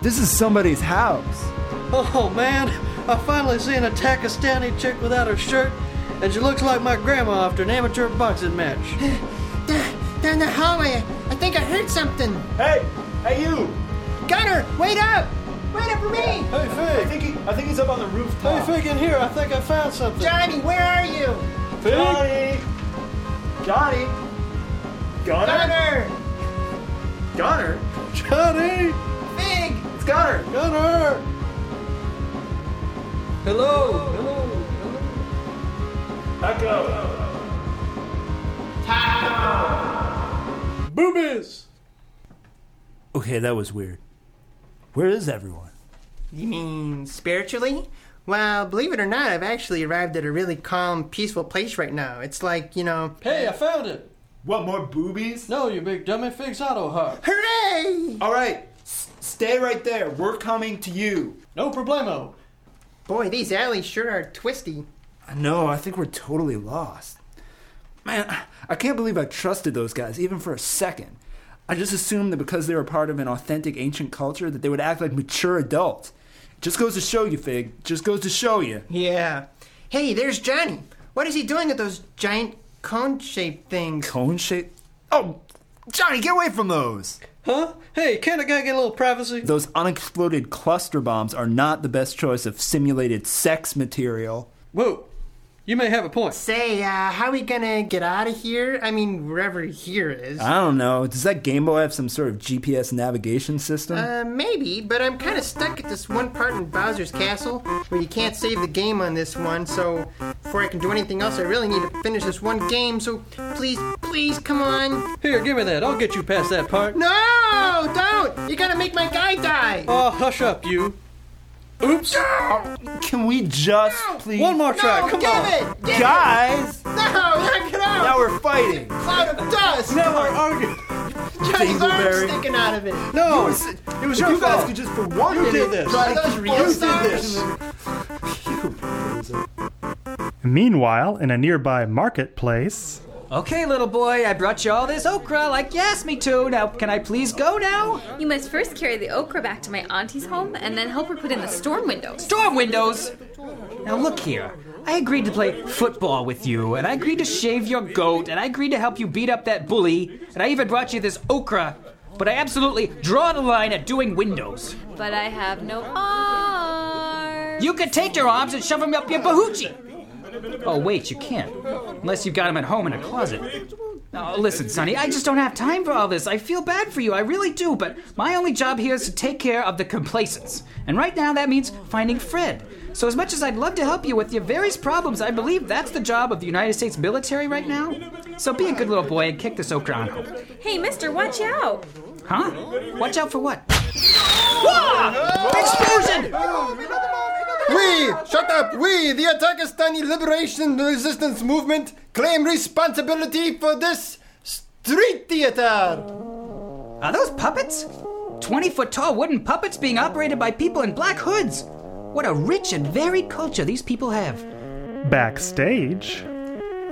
S14: This is somebody's house.
S8: Oh man, I finally see an Takistani chick without her shirt, and she looks like my grandma after an amateur boxing match.
S12: Down the hallway. I think I heard something.
S11: Hey, hey you!
S12: Gunner, wait up! Wait up for me!
S8: Hey, Fig! I think,
S11: he, I think he's up on the rooftop.
S8: Hey, Fig, in here, I think I found something.
S12: Johnny, where are you?
S8: Fig?
S11: Johnny! Johnny!
S12: Gunner!
S11: Gunner!
S8: Johnny!
S12: Fig!
S11: It's Gunner!
S8: Gunner! Hello! Hello!
S11: Echo!
S8: Boobies!
S7: Okay, that was weird. Where is everyone?
S12: You mean spiritually? Well, believe it or not, I've actually arrived at a really calm, peaceful place right now. It's like, you know.
S8: Hey, I found it!
S11: What, more boobies?
S8: No, you big dummy, Fig's auto heart.
S12: Hooray!
S11: All right, s- stay right there. We're coming to you.
S8: No problemo.
S12: Boy, these alleys sure are twisty.
S7: I know, I think we're totally lost. Man, I can't believe I trusted those guys, even for a second. I just assumed that because they were part of an authentic ancient culture that they would act like mature adults. Just goes to show you, Fig. Just goes to show you.
S12: Yeah. Hey, there's Johnny. What is he doing with those giant cone shaped things?
S7: Cone shape? Oh, Johnny, get away from those!
S8: Huh? Hey, can't a guy get a little privacy?
S7: Those unexploded cluster bombs are not the best choice of simulated sex material.
S8: Whoa, you may have a point.
S12: Say, uh, how are we gonna get out of here? I mean, wherever here is.
S7: I don't know. Does that Game Boy have some sort of GPS navigation system?
S12: Uh, maybe, but I'm kind of stuck at this one part in Bowser's Castle where you can't save the game on this one, so before I can do anything else, I really need to finish this one game, so please, please, come on.
S8: Here, give me that. I'll get you past that part.
S12: No, don't! You're gonna make my guy die!
S8: Oh, hush up, you. Oops.
S7: Can we just please?
S8: One more try.
S12: No,
S8: Come
S12: give
S8: on,
S12: it! Give
S7: Guys!
S12: It. No, knock it out!
S7: Now we're fighting.
S12: Cloud of dust!
S8: Now we're arguing.
S12: Johnny's arm
S7: Dingleberry.
S12: sticking out of it.
S7: it
S8: No,
S7: was If your you guys fault. could just for one
S8: you
S7: minute
S8: did this.
S7: try to
S12: Those
S7: keep
S12: real
S7: on-
S12: stars?
S2: Meanwhile, in a nearby marketplace.
S6: Okay, little boy, I brought you all this okra like you asked me to. Now, can I please go now?
S15: You must first carry the okra back to my auntie's home and then help her put in the storm windows.
S6: Storm windows! Now, look here. I agreed to play football with you, and I agreed to shave your goat, and I agreed to help you beat up that bully, and I even brought you this okra. But I absolutely draw the line at doing windows.
S15: But I have no oh. arms.
S6: You could take your arms and shove them up your bahoochie. Oh, wait, you can't. Unless you've got them at home in a closet. Oh, listen, Sonny, I just don't have time for all this. I feel bad for you, I really do, but my only job here is to take care of the complacents. And right now, that means finding Fred. So, as much as I'd love to help you with your various problems, I believe that's the job of the United States military right now. So, be a good little boy and kick this okra on home.
S15: Hey, mister, watch out.
S6: Huh? Watch out for what?
S15: Explosion!
S14: We, shut up, we, the Atakistani Liberation Resistance Movement, claim responsibility for this street theater.
S6: Are those puppets? 20 foot tall wooden puppets being operated by people in black hoods! What a rich and varied culture these people have.
S2: Backstage?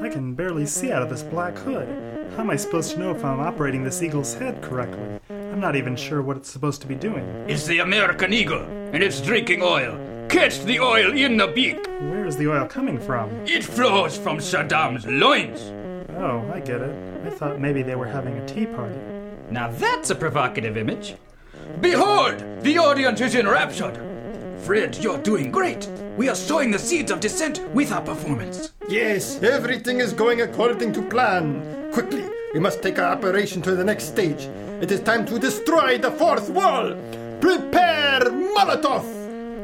S2: I can barely see out of this black hood. How am I supposed to know if I'm operating this eagle's head correctly? I'm not even sure what it's supposed to be doing.
S18: It's the American eagle, and it's drinking oil. Catch the oil in the beak.
S2: Where is the oil coming from?
S18: It flows from Saddam's loins.
S2: Oh, I get it. I thought maybe they were having a tea party.
S18: Now that's a provocative image. Behold, the audience is in rapture. Fred, you're doing great. We are sowing the seeds of dissent with our performance.
S14: Yes, everything is going according to plan. Quickly, We must take our operation to the next stage. It is time to destroy the fourth wall. Prepare Molotov!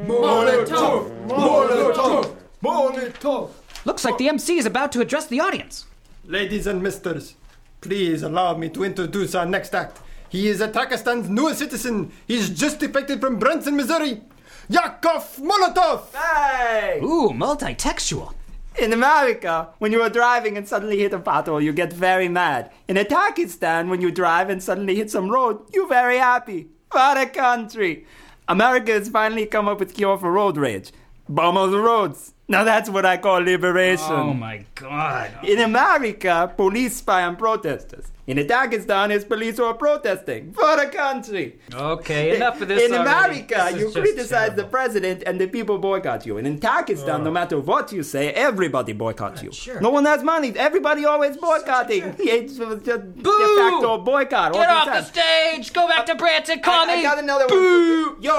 S6: Molotov! Molotov!
S14: Molotov!
S6: Looks like the MC is about to address the audience.
S14: Ladies and misters, please allow me to introduce our next act. He is a Takistan's newest citizen. He's just defected from Branson, Missouri. Yakov Molotov!
S10: Hey!
S6: Ooh, multi-textual.
S10: In America, when you are driving and suddenly hit a pothole, you get very mad. In Pakistan, when you drive and suddenly hit some road, you're very happy. What a country! America has finally come up with cure for road rage. Bomb all the roads. Now that's what I call liberation.
S18: Oh my god.
S10: In America, police spy on protesters. In Pakistan, it's police who are protesting. What a country!
S18: Okay, enough of this.
S10: In
S18: already.
S10: America,
S18: This is
S10: you
S18: just
S10: criticize the president and the people boycott you. And in Pakistan, no matter what you say, everybody boycotts you.
S18: sure.
S10: No one has money. Everybody always boycotting. It's just de facto boycott.
S6: Get
S10: all
S6: off
S10: the
S6: the
S10: time.
S6: stage! Go back to Branson,
S10: I-
S6: Connie!
S10: I got another one. Yo,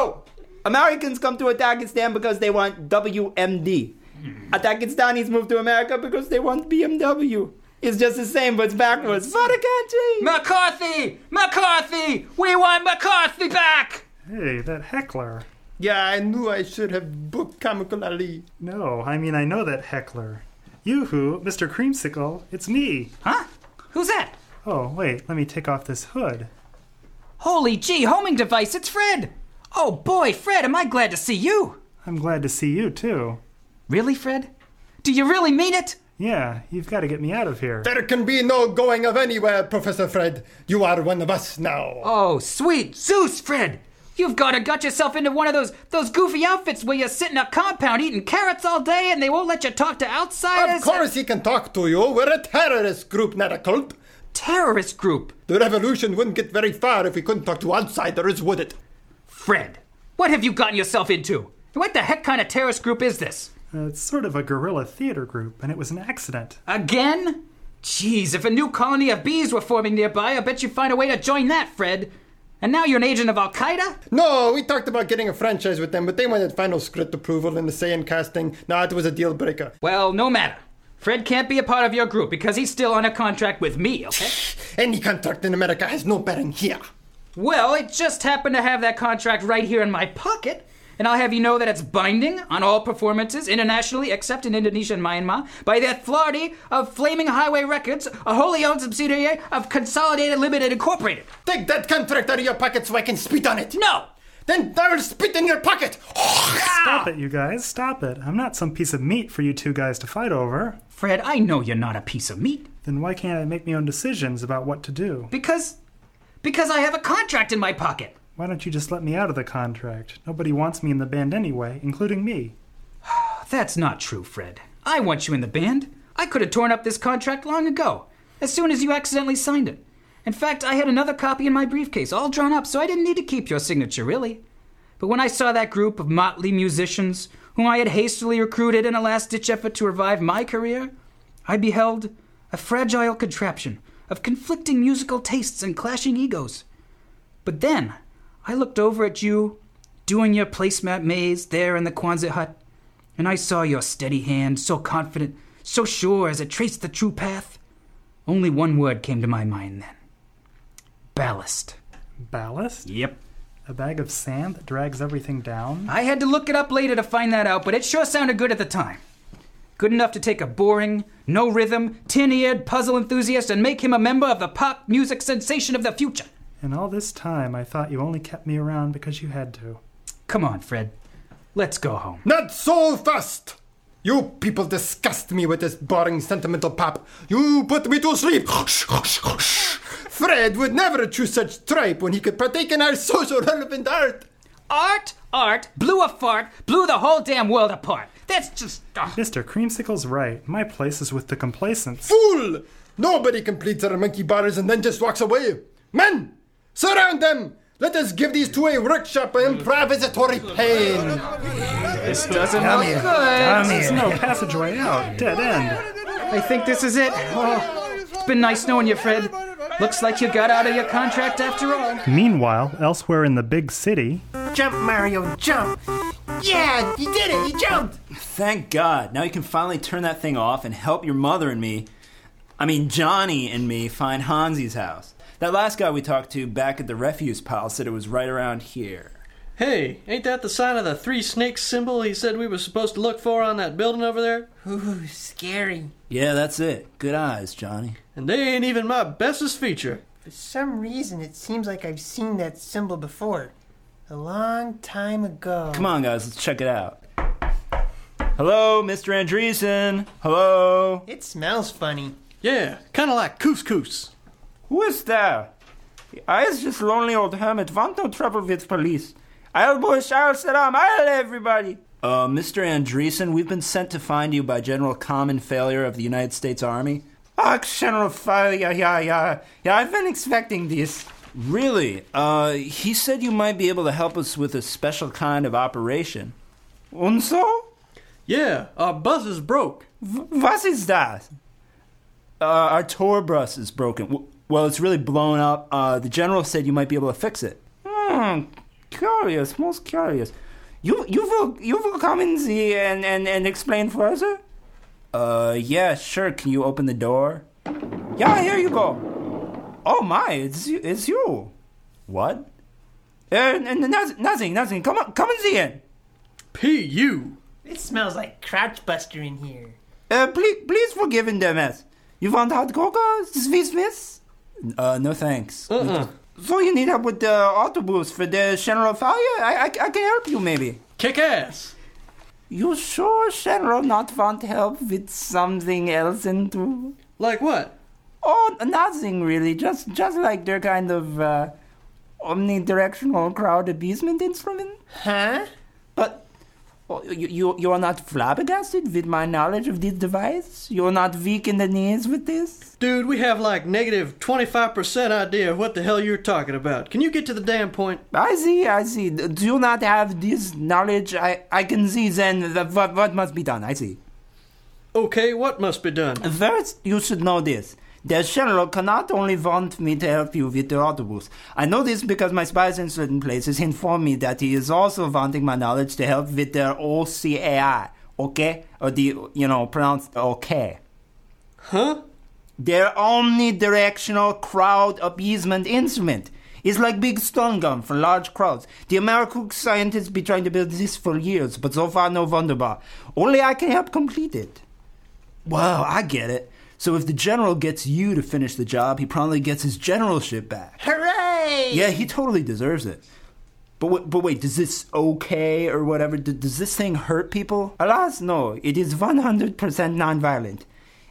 S10: Americans come to Pakistan because they want WMD.
S6: Hmm.
S10: Pakistanis move to America because they want BMW. It's just the same, but it's backwards. What a country!
S6: Hmm. McCarthy! McCarthy! We want McCarthy back!
S2: Hey, that heckler.
S14: Yeah, I knew I should have booked Comical Ali.
S2: No, I mean, I know that heckler. Yoo-hoo, Mr. Creamsicle, it's me.
S6: Huh? Who's that?
S2: Oh, wait, let me take off this hood.
S6: Holy gee, homing device, it's Fred! Oh boy, Fred, am I glad to see you!
S2: I'm glad to see you, too.
S6: Really, Fred? Do you really mean it?
S2: Yeah, you've got to get me out of here.
S14: There can be no going of anywhere, Professor Fred. You are one of us now.
S6: Oh, sweet Zeus, Fred! You've gotta got yourself into one of those those goofy outfits where you're sitting a compound eating carrots all day and they won't let you talk to outsiders.
S14: Of course he can talk to you. We're a terrorist group, not a cult.
S6: Terrorist group?
S14: The revolution wouldn't get very far if we couldn't talk to outsiders, would it?
S6: Fred, what have you gotten yourself into? What the heck kind of terrorist group is this?
S2: Uh, it's sort of a guerrilla theater group, and it was an accident.
S6: Again? Jeez, if a new colony of bees were forming nearby, I bet you'd find a way to join that, Fred. And now you're an agent of Al Qaeda?
S14: No, we talked about getting a franchise with them, but they wanted final script approval and the say in casting. Nah, it was a deal breaker.
S6: Well, no matter. Fred can't be a part of your group because he's still on a contract with me, okay?
S14: Any contract in America has no bearing here.
S6: Well, it just happened to have that contract right here in my pocket. And I'll have you know that it's binding on all performances internationally except in Indonesia and Myanmar by the authority of Flaming Highway Records, a wholly owned subsidiary of Consolidated Limited Incorporated.
S14: Take that contract out of your pocket so I can spit on it.
S6: No!
S14: Then I will spit in your pocket.
S6: Ah!
S2: Stop it, you guys. Stop it. I'm not some piece of meat for you two guys to fight over.
S6: Fred, I know you're not a piece of meat.
S2: Then why can't I make my own decisions about what to do?
S6: Because. because I have a contract in my pocket.
S2: Why don't you just let me out of the contract? Nobody wants me in the band anyway, including me.
S6: That's not true, Fred. I want you in the band. I could have torn up this contract long ago, as soon as you accidentally signed it. In fact, I had another copy in my briefcase, all drawn up, so I didn't need to keep your signature, really. But when I saw that group of motley musicians, whom I had hastily recruited in a last ditch effort to revive my career, I beheld a fragile contraption of conflicting musical tastes and clashing egos. But then, I looked over at you, doing your placemat maze there in the Quonset hut, and I saw your steady hand, so confident, so sure as it traced the true path. Only one word came to my mind then ballast.
S2: Ballast?
S6: Yep.
S2: A bag of sand that drags everything down?
S6: I had to look it up later to find that out, but it sure sounded good at the time. Good enough to take a boring, no rhythm, tin eared puzzle enthusiast and make him a member of the pop music sensation of the future.
S2: And all this time, I thought you only kept me around because you had to.
S6: Come on, Fred. Let's go home.
S14: Not so fast! You people disgust me with this boring sentimental pop. You put me to sleep. Fred would never choose such tripe when he could partake in our social relevant art.
S6: Art, art, blew a fart, blew the whole damn world apart. That's just. ugh.
S2: Mr. Creamsicle's right. My place is with the complacents.
S14: Fool! Nobody completes our monkey bars and then just walks away. Men! Surround them! Let us give these two a workshop of improvisatory pain.
S2: This
S14: doesn't Come look here. good. Come
S2: There's
S14: here.
S2: no passageway out. Oh, Dead end.
S6: I think this is it. Oh, it's been nice knowing you, Fred. Looks like you got out of your contract after all.
S2: Meanwhile, elsewhere in the big city,
S12: Jump, Mario, jump! Yeah, you did it! You jumped!
S7: Thank God. Now you can finally turn that thing off and help your mother and me. I mean, Johnny and me find Hansi's house. That last guy we talked to back at the refuse pile said it was right around here.
S8: Hey, ain't that the sign of the three snakes symbol he said we were supposed to look for on that building over there?
S12: Ooh, scary.
S7: Yeah, that's it. Good eyes, Johnny.
S8: And they ain't even my bestest feature.
S12: For some reason, it seems like I've seen that symbol before. A long time ago.
S7: Come on, guys, let's check it out. Hello, Mr. Andreessen. Hello.
S12: It smells funny.
S8: Yeah, kind of like couscous.
S10: Who is there? I is just lonely old hermit. Want no trouble with police. I'll Bush, I'll Saddam, I'll everybody.
S7: Uh, Mr. Andreessen, we've been sent to find you by General Common Failure of the United States Army.
S10: Ah, General Fire, yeah, yeah, yeah. Yeah, I've been expecting this.
S7: Really? Uh, he said you might be able to help us with a special kind of operation.
S10: And so?
S8: Yeah, our bus is broke.
S10: what is that?
S7: Uh, our tour bus is broken. W- Well, it's really blown up. Uh, the general said you might be able to fix it.
S10: Hmm, curious, most curious. You, you will, you will come in the and, and, and explain further?
S7: Uh, yeah, sure. Can you open the door?
S10: Yeah, here you go. Oh my, it's you, it's you.
S7: What?
S10: Uh, n- n- nothing, nothing, nothing. Come on, come in the end.
S8: P.U.
S12: It smells like Crouch Buster in here.
S10: Uh, please, please forgive in the mess. You want hot cocoa, Swiss miss?
S7: Uh, no thanks.
S8: Uh-uh.
S10: So you need help with the autobus for the general fire? I, I, I can help you maybe.
S8: Kick ass.
S10: You sure general not want help with something else and too?
S8: Like what?
S10: Oh, nothing really. Just, just like their kind of uh, omnidirectional crowd appeasement instrument.
S12: Huh?
S10: But oh, you, you, you are not flabbergasted with my knowledge of this device. You are not weak in the knees with this.
S8: Dude, we have like negative 25% idea of what the hell you're talking about. Can you get to the damn point?
S10: I see, I see. Do you not have this knowledge? I, I can see then the, what, what must be done. I see.
S8: Okay, what must be done?
S10: First, you should know this. The general cannot only want me to help you with the autobus. I know this because my spies in certain places inform me that he is also wanting my knowledge to help with their OCAI. Okay? Or the, you know, pronounced okay.
S8: Huh?
S10: Their omnidirectional crowd appeasement instrument. It's like big stun gun for large crowds. The American scientists be trying to build this for years, but so far no wunderbar. Only I can help complete it.
S7: Wow, I get it. So if the general gets you to finish the job, he probably gets his generalship back.
S12: Hooray!
S7: Yeah, he totally deserves it. But wait, but wait, does this okay or whatever? d- Does this thing hurt people?
S10: Alas, no. It is 100% non-violent.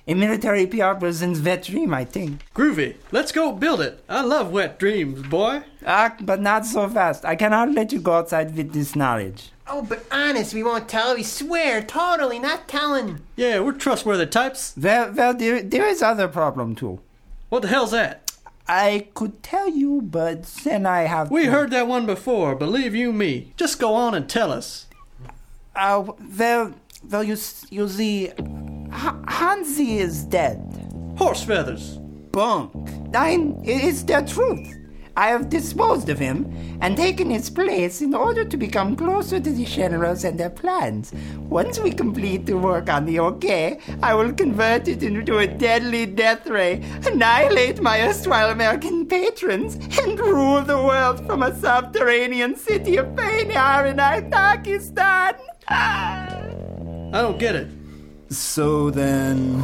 S10: A military PR person's wet dream, I think.
S8: Groovy. Let's go build it. I love wet dreams, boy.
S10: Ah, but not so fast. I cannot let you go outside with this knowledge.
S12: Oh, but honest, we won't tell. We swear, totally not telling.
S8: Yeah, we're trustworthy types.
S10: Well, well there, there is other problem, too.
S8: What the hell's that?
S10: I could tell you, but then I have
S8: We
S10: to-
S8: heard that one before, believe you me. Just go on and tell us.
S10: Uh, well, well, you, s- you see, Ha- Hansi is dead.
S8: Horse feathers.
S10: Bunk. I'm, it is the truth. I have disposed of him and taken his place in order to become closer to the generals and their plans. Once we complete the work on the OK, I will convert it into a deadly death ray, annihilate my erstwhile American patrons, and rule the world from a subterranean city of Paynar in Pakistan.
S8: I don't get it.
S7: So then.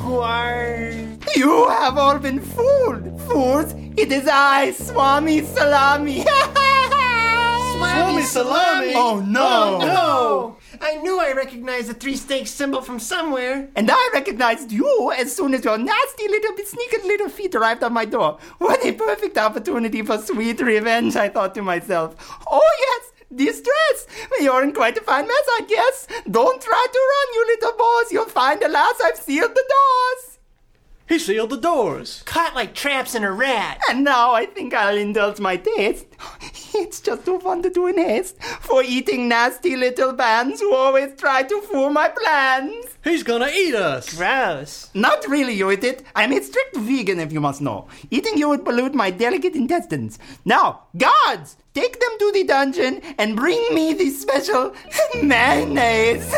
S10: You have all been fooled, fools! It is I, Swami Salami!
S12: Swami salami.
S10: Oh, no.
S12: Oh, no! I knew I recognized the three snakes symbol from somewhere.
S10: and I recognized you as soon as your nasty little bit sneaking little feet arrived at my door. What a perfect opportunity for sweet revenge, I thought to myself. Oh yes, distress! You're in quite a fine mess, I guess. Don't try to run, you little boys. You'll find, alas, I've sealed the doors.
S8: He sealed the doors.
S12: Caught like traps in a rat.
S10: And now I think I'll indulge my taste. It's just too fun to do in haste for eating nasty little bands who always try to fool my plans.
S8: He's gonna eat us.
S12: Gross.
S10: Not really, you eat it. I'm a strict vegan, if you must know. Eating you would pollute my delicate intestines. Now, guards, take them to the dungeon and bring me the special mayonnaise.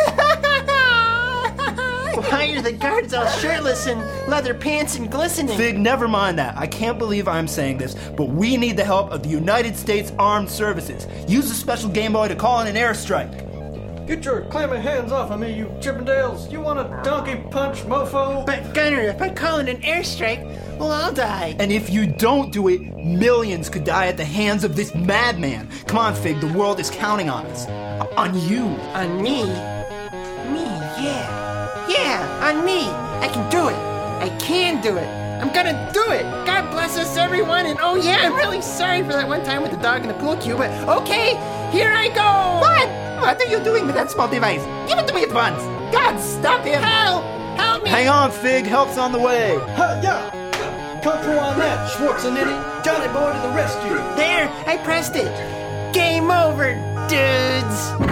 S12: Why are the guards all shirtless and leather pants and glistening?
S7: Fig, never mind that. I can't believe I'm saying this, but we need the help of the United States Armed Services. Use the special Game Boy to call in an airstrike.
S8: Get your clammy hands off of me, you Chippendales! You want a donkey punch, mofo?
S12: But Gunner, if I call in an airstrike, we'll all die.
S7: And if you don't do it, millions could die at the hands of this madman. Come on, Fig, the world is counting on us. On you.
S12: On me? Me, yeah. Yeah, on me. I can do it. I can do it. I'm gonna do it. God bless us, everyone. And oh, yeah, I'm really sorry for that one time with the dog in the pool cue, but okay, here I go.
S10: What? What are you doing with that small device? Give it to me at once. God, stop him.
S12: Help! Help me!
S7: Hang on, Fig, help's on the way.
S8: Ha, yeah! Control on that, Schwarzenegger! Johnny boy to the rescue!
S12: There, I pressed it. Game over, dudes.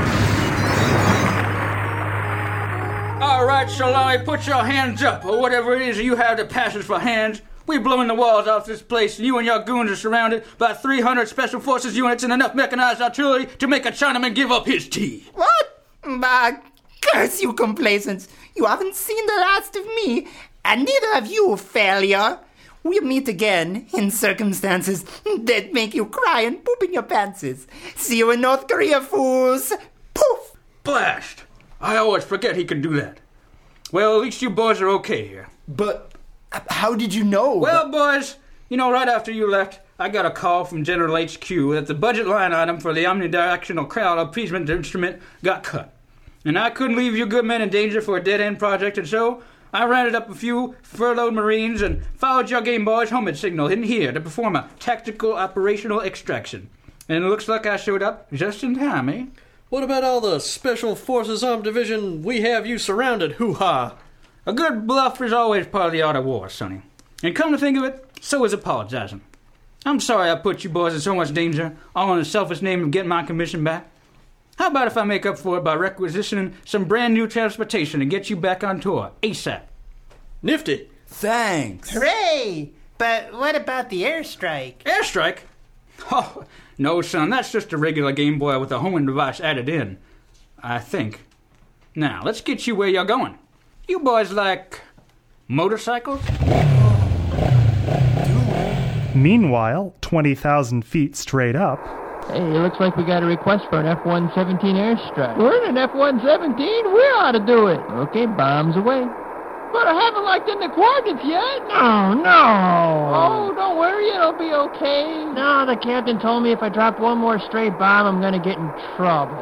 S13: All right, Shalai, put your hands up, or whatever it is you have that passes for hands. We blowing the walls off this place, and you and your goons are surrounded by 300 special forces units and enough mechanized artillery to make a Chinaman give up his tea.
S10: What? Bah, curse you, complacents. You haven't seen the last of me, and neither have you, failure. We'll meet again in circumstances that make you cry and poop in your pantses. See you in North Korea, fools. Poof!
S13: Blast! I always forget he can do that. Well, at least you boys are okay here.
S7: But how did you know?
S13: Well, boys, you know, right after you left, I got a call from General HQ that the budget line item for the omnidirectional crowd appeasement instrument got cut. And I couldn't leave you good men in danger for a dead end project, and so I rounded up a few furloughed Marines and followed your Game Boy's homage signal in here to perform a tactical operational extraction. And it looks like I showed up just in time, eh?
S8: What about all the Special Forces Armed Division, we have you surrounded, hoo ha?
S13: A good bluff is always part of the art of war, Sonny. And come to think of it, so is apologizing. I'm sorry I put you boys in so much danger, all in the selfish name of getting my commission back. How about if I make up for it by requisitioning some brand new transportation and get you back on tour ASAP?
S8: Nifty.
S7: Thanks.
S12: Hooray! But what about the airstrike?
S13: Airstrike? Oh, no, son, that's just a regular Game Boy with a homing device added in. I think. Now, let's get you where you're going. You boys like motorcycles?
S2: Meanwhile, 20,000 feet straight up.
S19: Hey, it looks like we got a request for an F 117 airstrike. We're in an F 117. We ought to do it. Okay, bombs away. But I haven't Oh, locked in the coordinates yet.
S12: No, no.
S19: Oh, don't worry, it'll be okay. No, the captain told me if I drop one more stray bomb, I'm gonna get in trouble.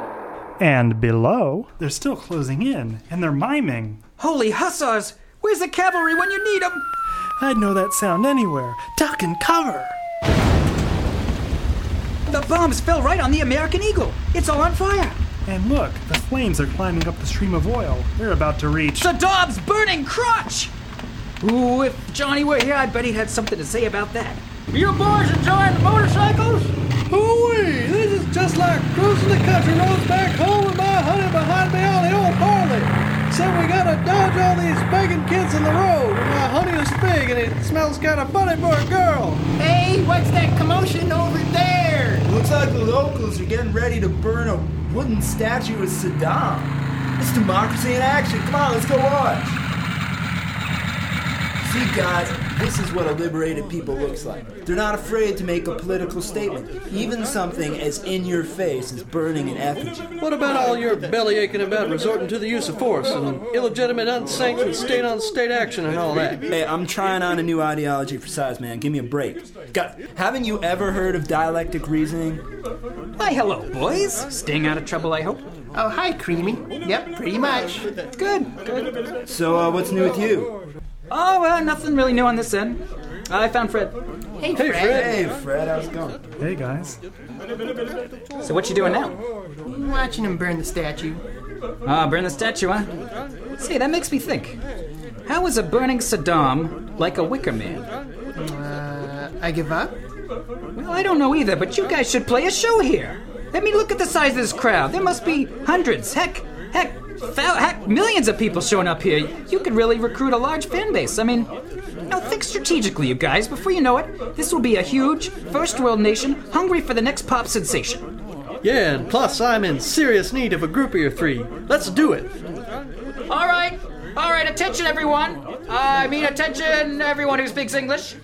S2: And below. They're still closing in, and they're miming.
S6: Holy hussars! Where's the cavalry when you need 'em?
S2: I'd know that sound anywhere. Duck and cover!
S6: The bombs fell right on the American Eagle. It's all on fire.
S2: And look, the flames are climbing up the stream of oil. They're about to reach.
S6: Saddam's burning crotch! Ooh, if Johnny were here, I bet he'd had something to say about that.
S13: You boys enjoying the motorcycles?
S8: Hooey! This is just like cruising the country roads back home with my honey behind me on the old barley. So we gotta dodge all these begging kids on the road. And my honey is big and it smells kinda funny for a girl.
S12: Hey, what's that commotion over there?
S7: Looks like the locals are getting ready to burn a wooden statue of Saddam. It's democracy in action. Come on, let's go watch. See, guys, this is what a liberated people looks like. They're not afraid to make a political statement, even something as in your face as burning an effigy.
S8: What about all your belly aching about resorting to the use of force and illegitimate, unsanctioned state on state action and all that?
S7: Hey, I'm trying on a new ideology for size, man. Give me a break. God, haven't you ever heard of dialectic reasoning?
S6: Why, hello, boys. Staying out of trouble, I hope.
S12: Oh, hi, Creamy. Yep, pretty much.
S6: Good. Good.
S7: So, uh, what's new with you?
S6: Oh, well, nothing really new on this end. I found Fred.
S12: Hey, Fred.
S7: Hey, Fred, how's it going?
S2: Hey, guys.
S6: So what you doing now?
S12: I'm watching him burn the statue.
S6: Ah, burn the statue, huh? See, that makes me think. How is a burning Saddam like a wicker man?
S12: Uh, I give up?
S6: Well, I don't know either, but you guys should play a show here. I mean, look at the size of this crowd. There must be hundreds, heck, heck, thou- heck, millions of people showing up here. You could really recruit a large fan base. I mean, you know, think strategically, you guys. Before you know it, this will be a huge, first world nation hungry for the next pop sensation.
S8: Yeah, and plus I'm in serious need of a groupie or three. Let's do it.
S6: All right,
S20: All right, attention, everyone. I mean, attention, everyone who speaks English.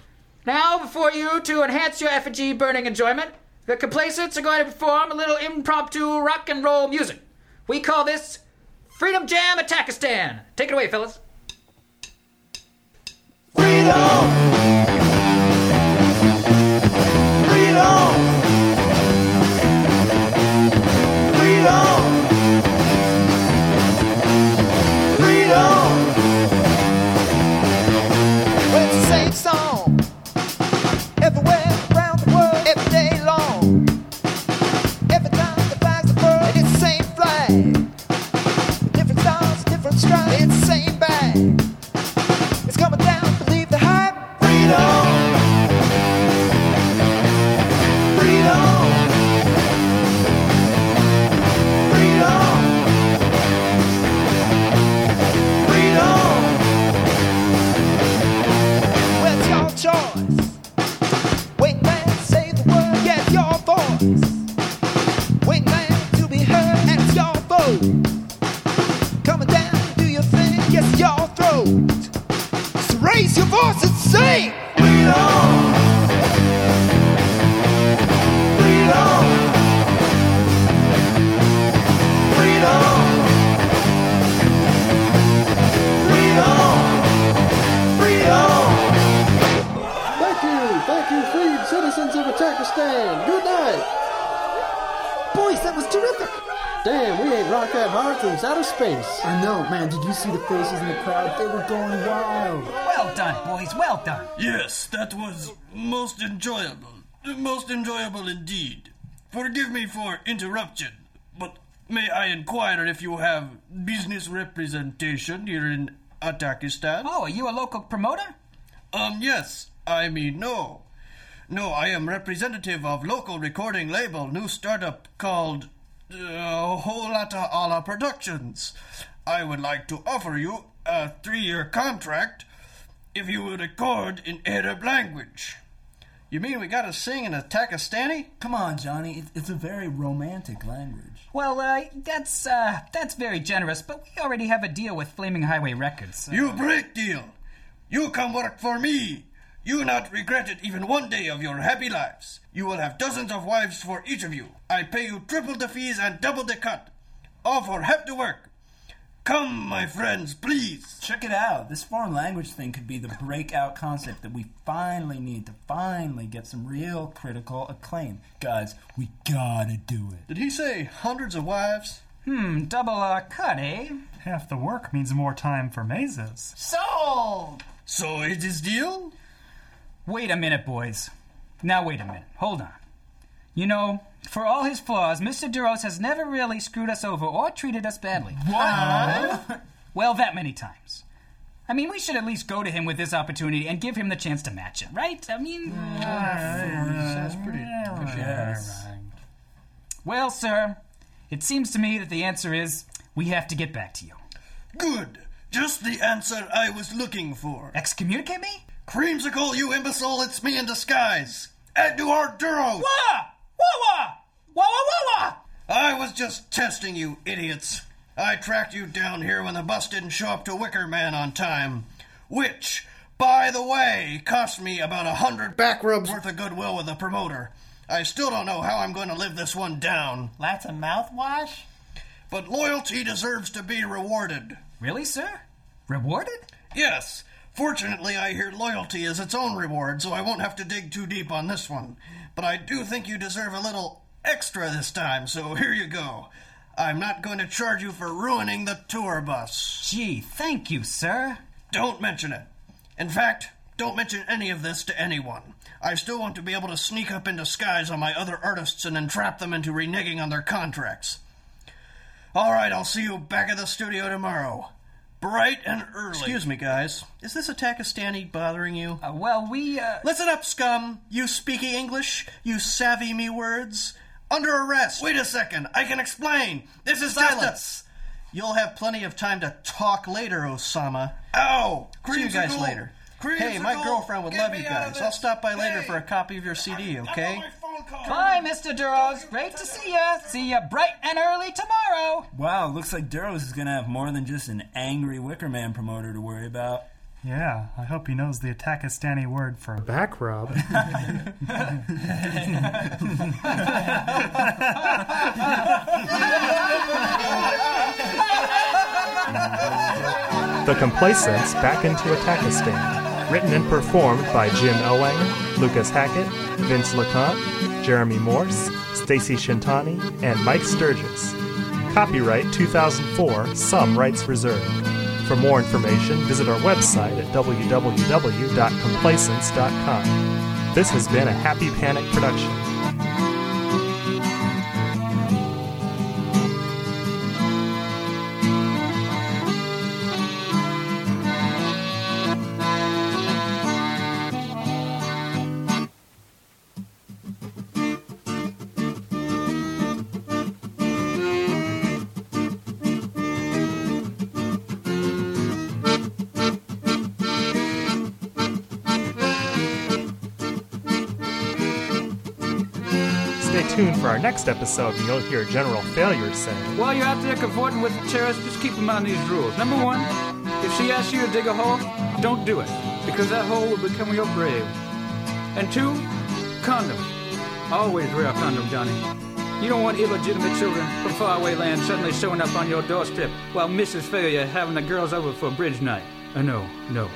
S20: Now, before you, to enhance your effigy burning enjoyment, the complacents are going to perform a little impromptu rock and roll music. We call this Freedom Jam Attackistan. Take it away, fellas.
S10: It's the same song everywhere around the world, every day long. Every time the flags are furled, it's the same flag. Different stars, different stripes, it's the same bag. It's coming down, believe the hype. Freedom. Freedom. Freedom. Freedom. Well, it's your choice. Wait, man, say the word, get your voice. Wait, man, to be heard, and it's your vote. Coming down, do your thing, yes, your throat. So raise your voice and sing. Freedom! Freedom! Freedom!
S8: Freedom! Thank you, thank you, freed citizens of Attackistan. Good night.
S10: Boys, that was terrific!
S8: Damn, we ain't rocked that hard since outer space.
S10: I know, man. Did you see the faces in the crowd? They were going wild.
S6: Well done, boys, well done.
S21: Yes, that was most enjoyable. Most enjoyable indeed. Forgive me for interruption, but may I inquire if you have business representation here in Atakistan? Oh, are you a local promoter? Um, yes. I mean, no. No, I am representative of local recording label, new startup called uh, Holata Ala Productions. I would like to offer you a three-year contract if you will record in Arab language.
S8: You mean we gotta sing in Atakistani?
S21: Come on, Johnny. It's a very romantic language.
S6: Well, uh, that's, uh, that's very generous, but we already have a deal with Flaming Highway Records. so-
S21: You break deal. You come work for me. You not regret it even one day of your happy lives. You will have dozens of wives for each of you. I pay you triple the fees and double the cut. All for help to work. Come, my friends, please. Check it out. This foreign language thing could be the breakout concept that we finally need to finally get some real critical acclaim. Guys, we gotta do it.
S8: Did he say hundreds of wives?
S6: Hmm, double uh, cut, eh?
S2: Half the work means more time for mazes.
S6: Sold!
S21: So it is deal?
S6: Wait a minute, boys. Now, wait a minute. Hold on. You know, for all his flaws, Mr. Duros has never really screwed us over or treated us badly. What? well, that many times. I mean, we should at least go to him with this opportunity and give him the chance to match it, right? I mean.
S7: Ah,
S21: Sounds
S6: pretty. Well, sir, it seems to me that the answer is we have to get back to you.
S21: Good. Just the answer I was looking for.
S6: Excommunicate me?
S21: Creamsicle, you imbecile, it's me in disguise. Eduard Duro!
S6: Wah! Wah wah! Wah wah wah wah!
S21: I was just testing you, idiots. I tracked you down here when the bus didn't show up to Wicker Man on time. Which, by the way, cost me about a hundred back rubs worth of goodwill with the promoter. I still don't know how I'm going to live this one down.
S6: That's a mouthwash?
S21: But loyalty deserves to be rewarded.
S6: Really, sir? Rewarded?
S21: Yes. Fortunately, I hear loyalty is its own reward, so I won't have to dig too deep on this one. But I do think you deserve a little extra this time, so here you go. I'm not going to charge you for ruining the tour bus.
S6: Gee, thank you, sir.
S21: Don't mention it. In fact, don't mention any of this to anyone. I still want to be able to sneak up in disguise on my other artists and entrap them into reneging on their contracts. All right, I'll see you back at the studio tomorrow. Bright and early.
S8: Excuse me, guys. Is this Atakistani bothering you?
S6: Uh, well, we, uh.
S21: Listen up, scum! You speaking English? You savvy me words? Under arrest! Wait a second, I can explain! This is
S8: Silence! You'll have plenty of time to talk later, Osama.
S21: Ow!
S8: See you guys
S21: Creamsicle!
S8: later. Hey,
S21: Creamsicle!
S8: my girlfriend would
S21: Get
S8: love you
S21: me out of
S8: guys.
S21: this!
S8: I'll stop by later
S21: Hey!
S8: for a copy of your CD, okay?
S21: Phone
S6: Bye, Mr. Duros. Great to see ya. See ya bright and early tomorrow.
S7: Wow, looks like Duros is going to have more than just an angry Wicker Man promoter to worry about.
S22: Yeah, I hope he knows the Atakistani word for back rub.
S2: The Complacents Back into Attackistan. Written and performed by Jim Elwanger, Lucas Hackett, Vince LeConte, Jeremy Morse, Stacy Shintani, and Mike Sturgis. Copyright 2004, some rights reserved. For more information, visit our website at www.complacence.com. This has been a Happy Panic production. Stay tuned for our next episode, and you'll hear General Failure say,
S13: While you're out there cavorting with the terrorists, just keep in mind these rules. Number one, if she asks you to dig a hole, don't do it, because that hole will become your grave. And two, condom. Always wear a condom, Johnny. You don't want illegitimate children from faraway land suddenly showing up on your doorstep while Mrs. Failure having the girls over for bridge night. Uh, no, no.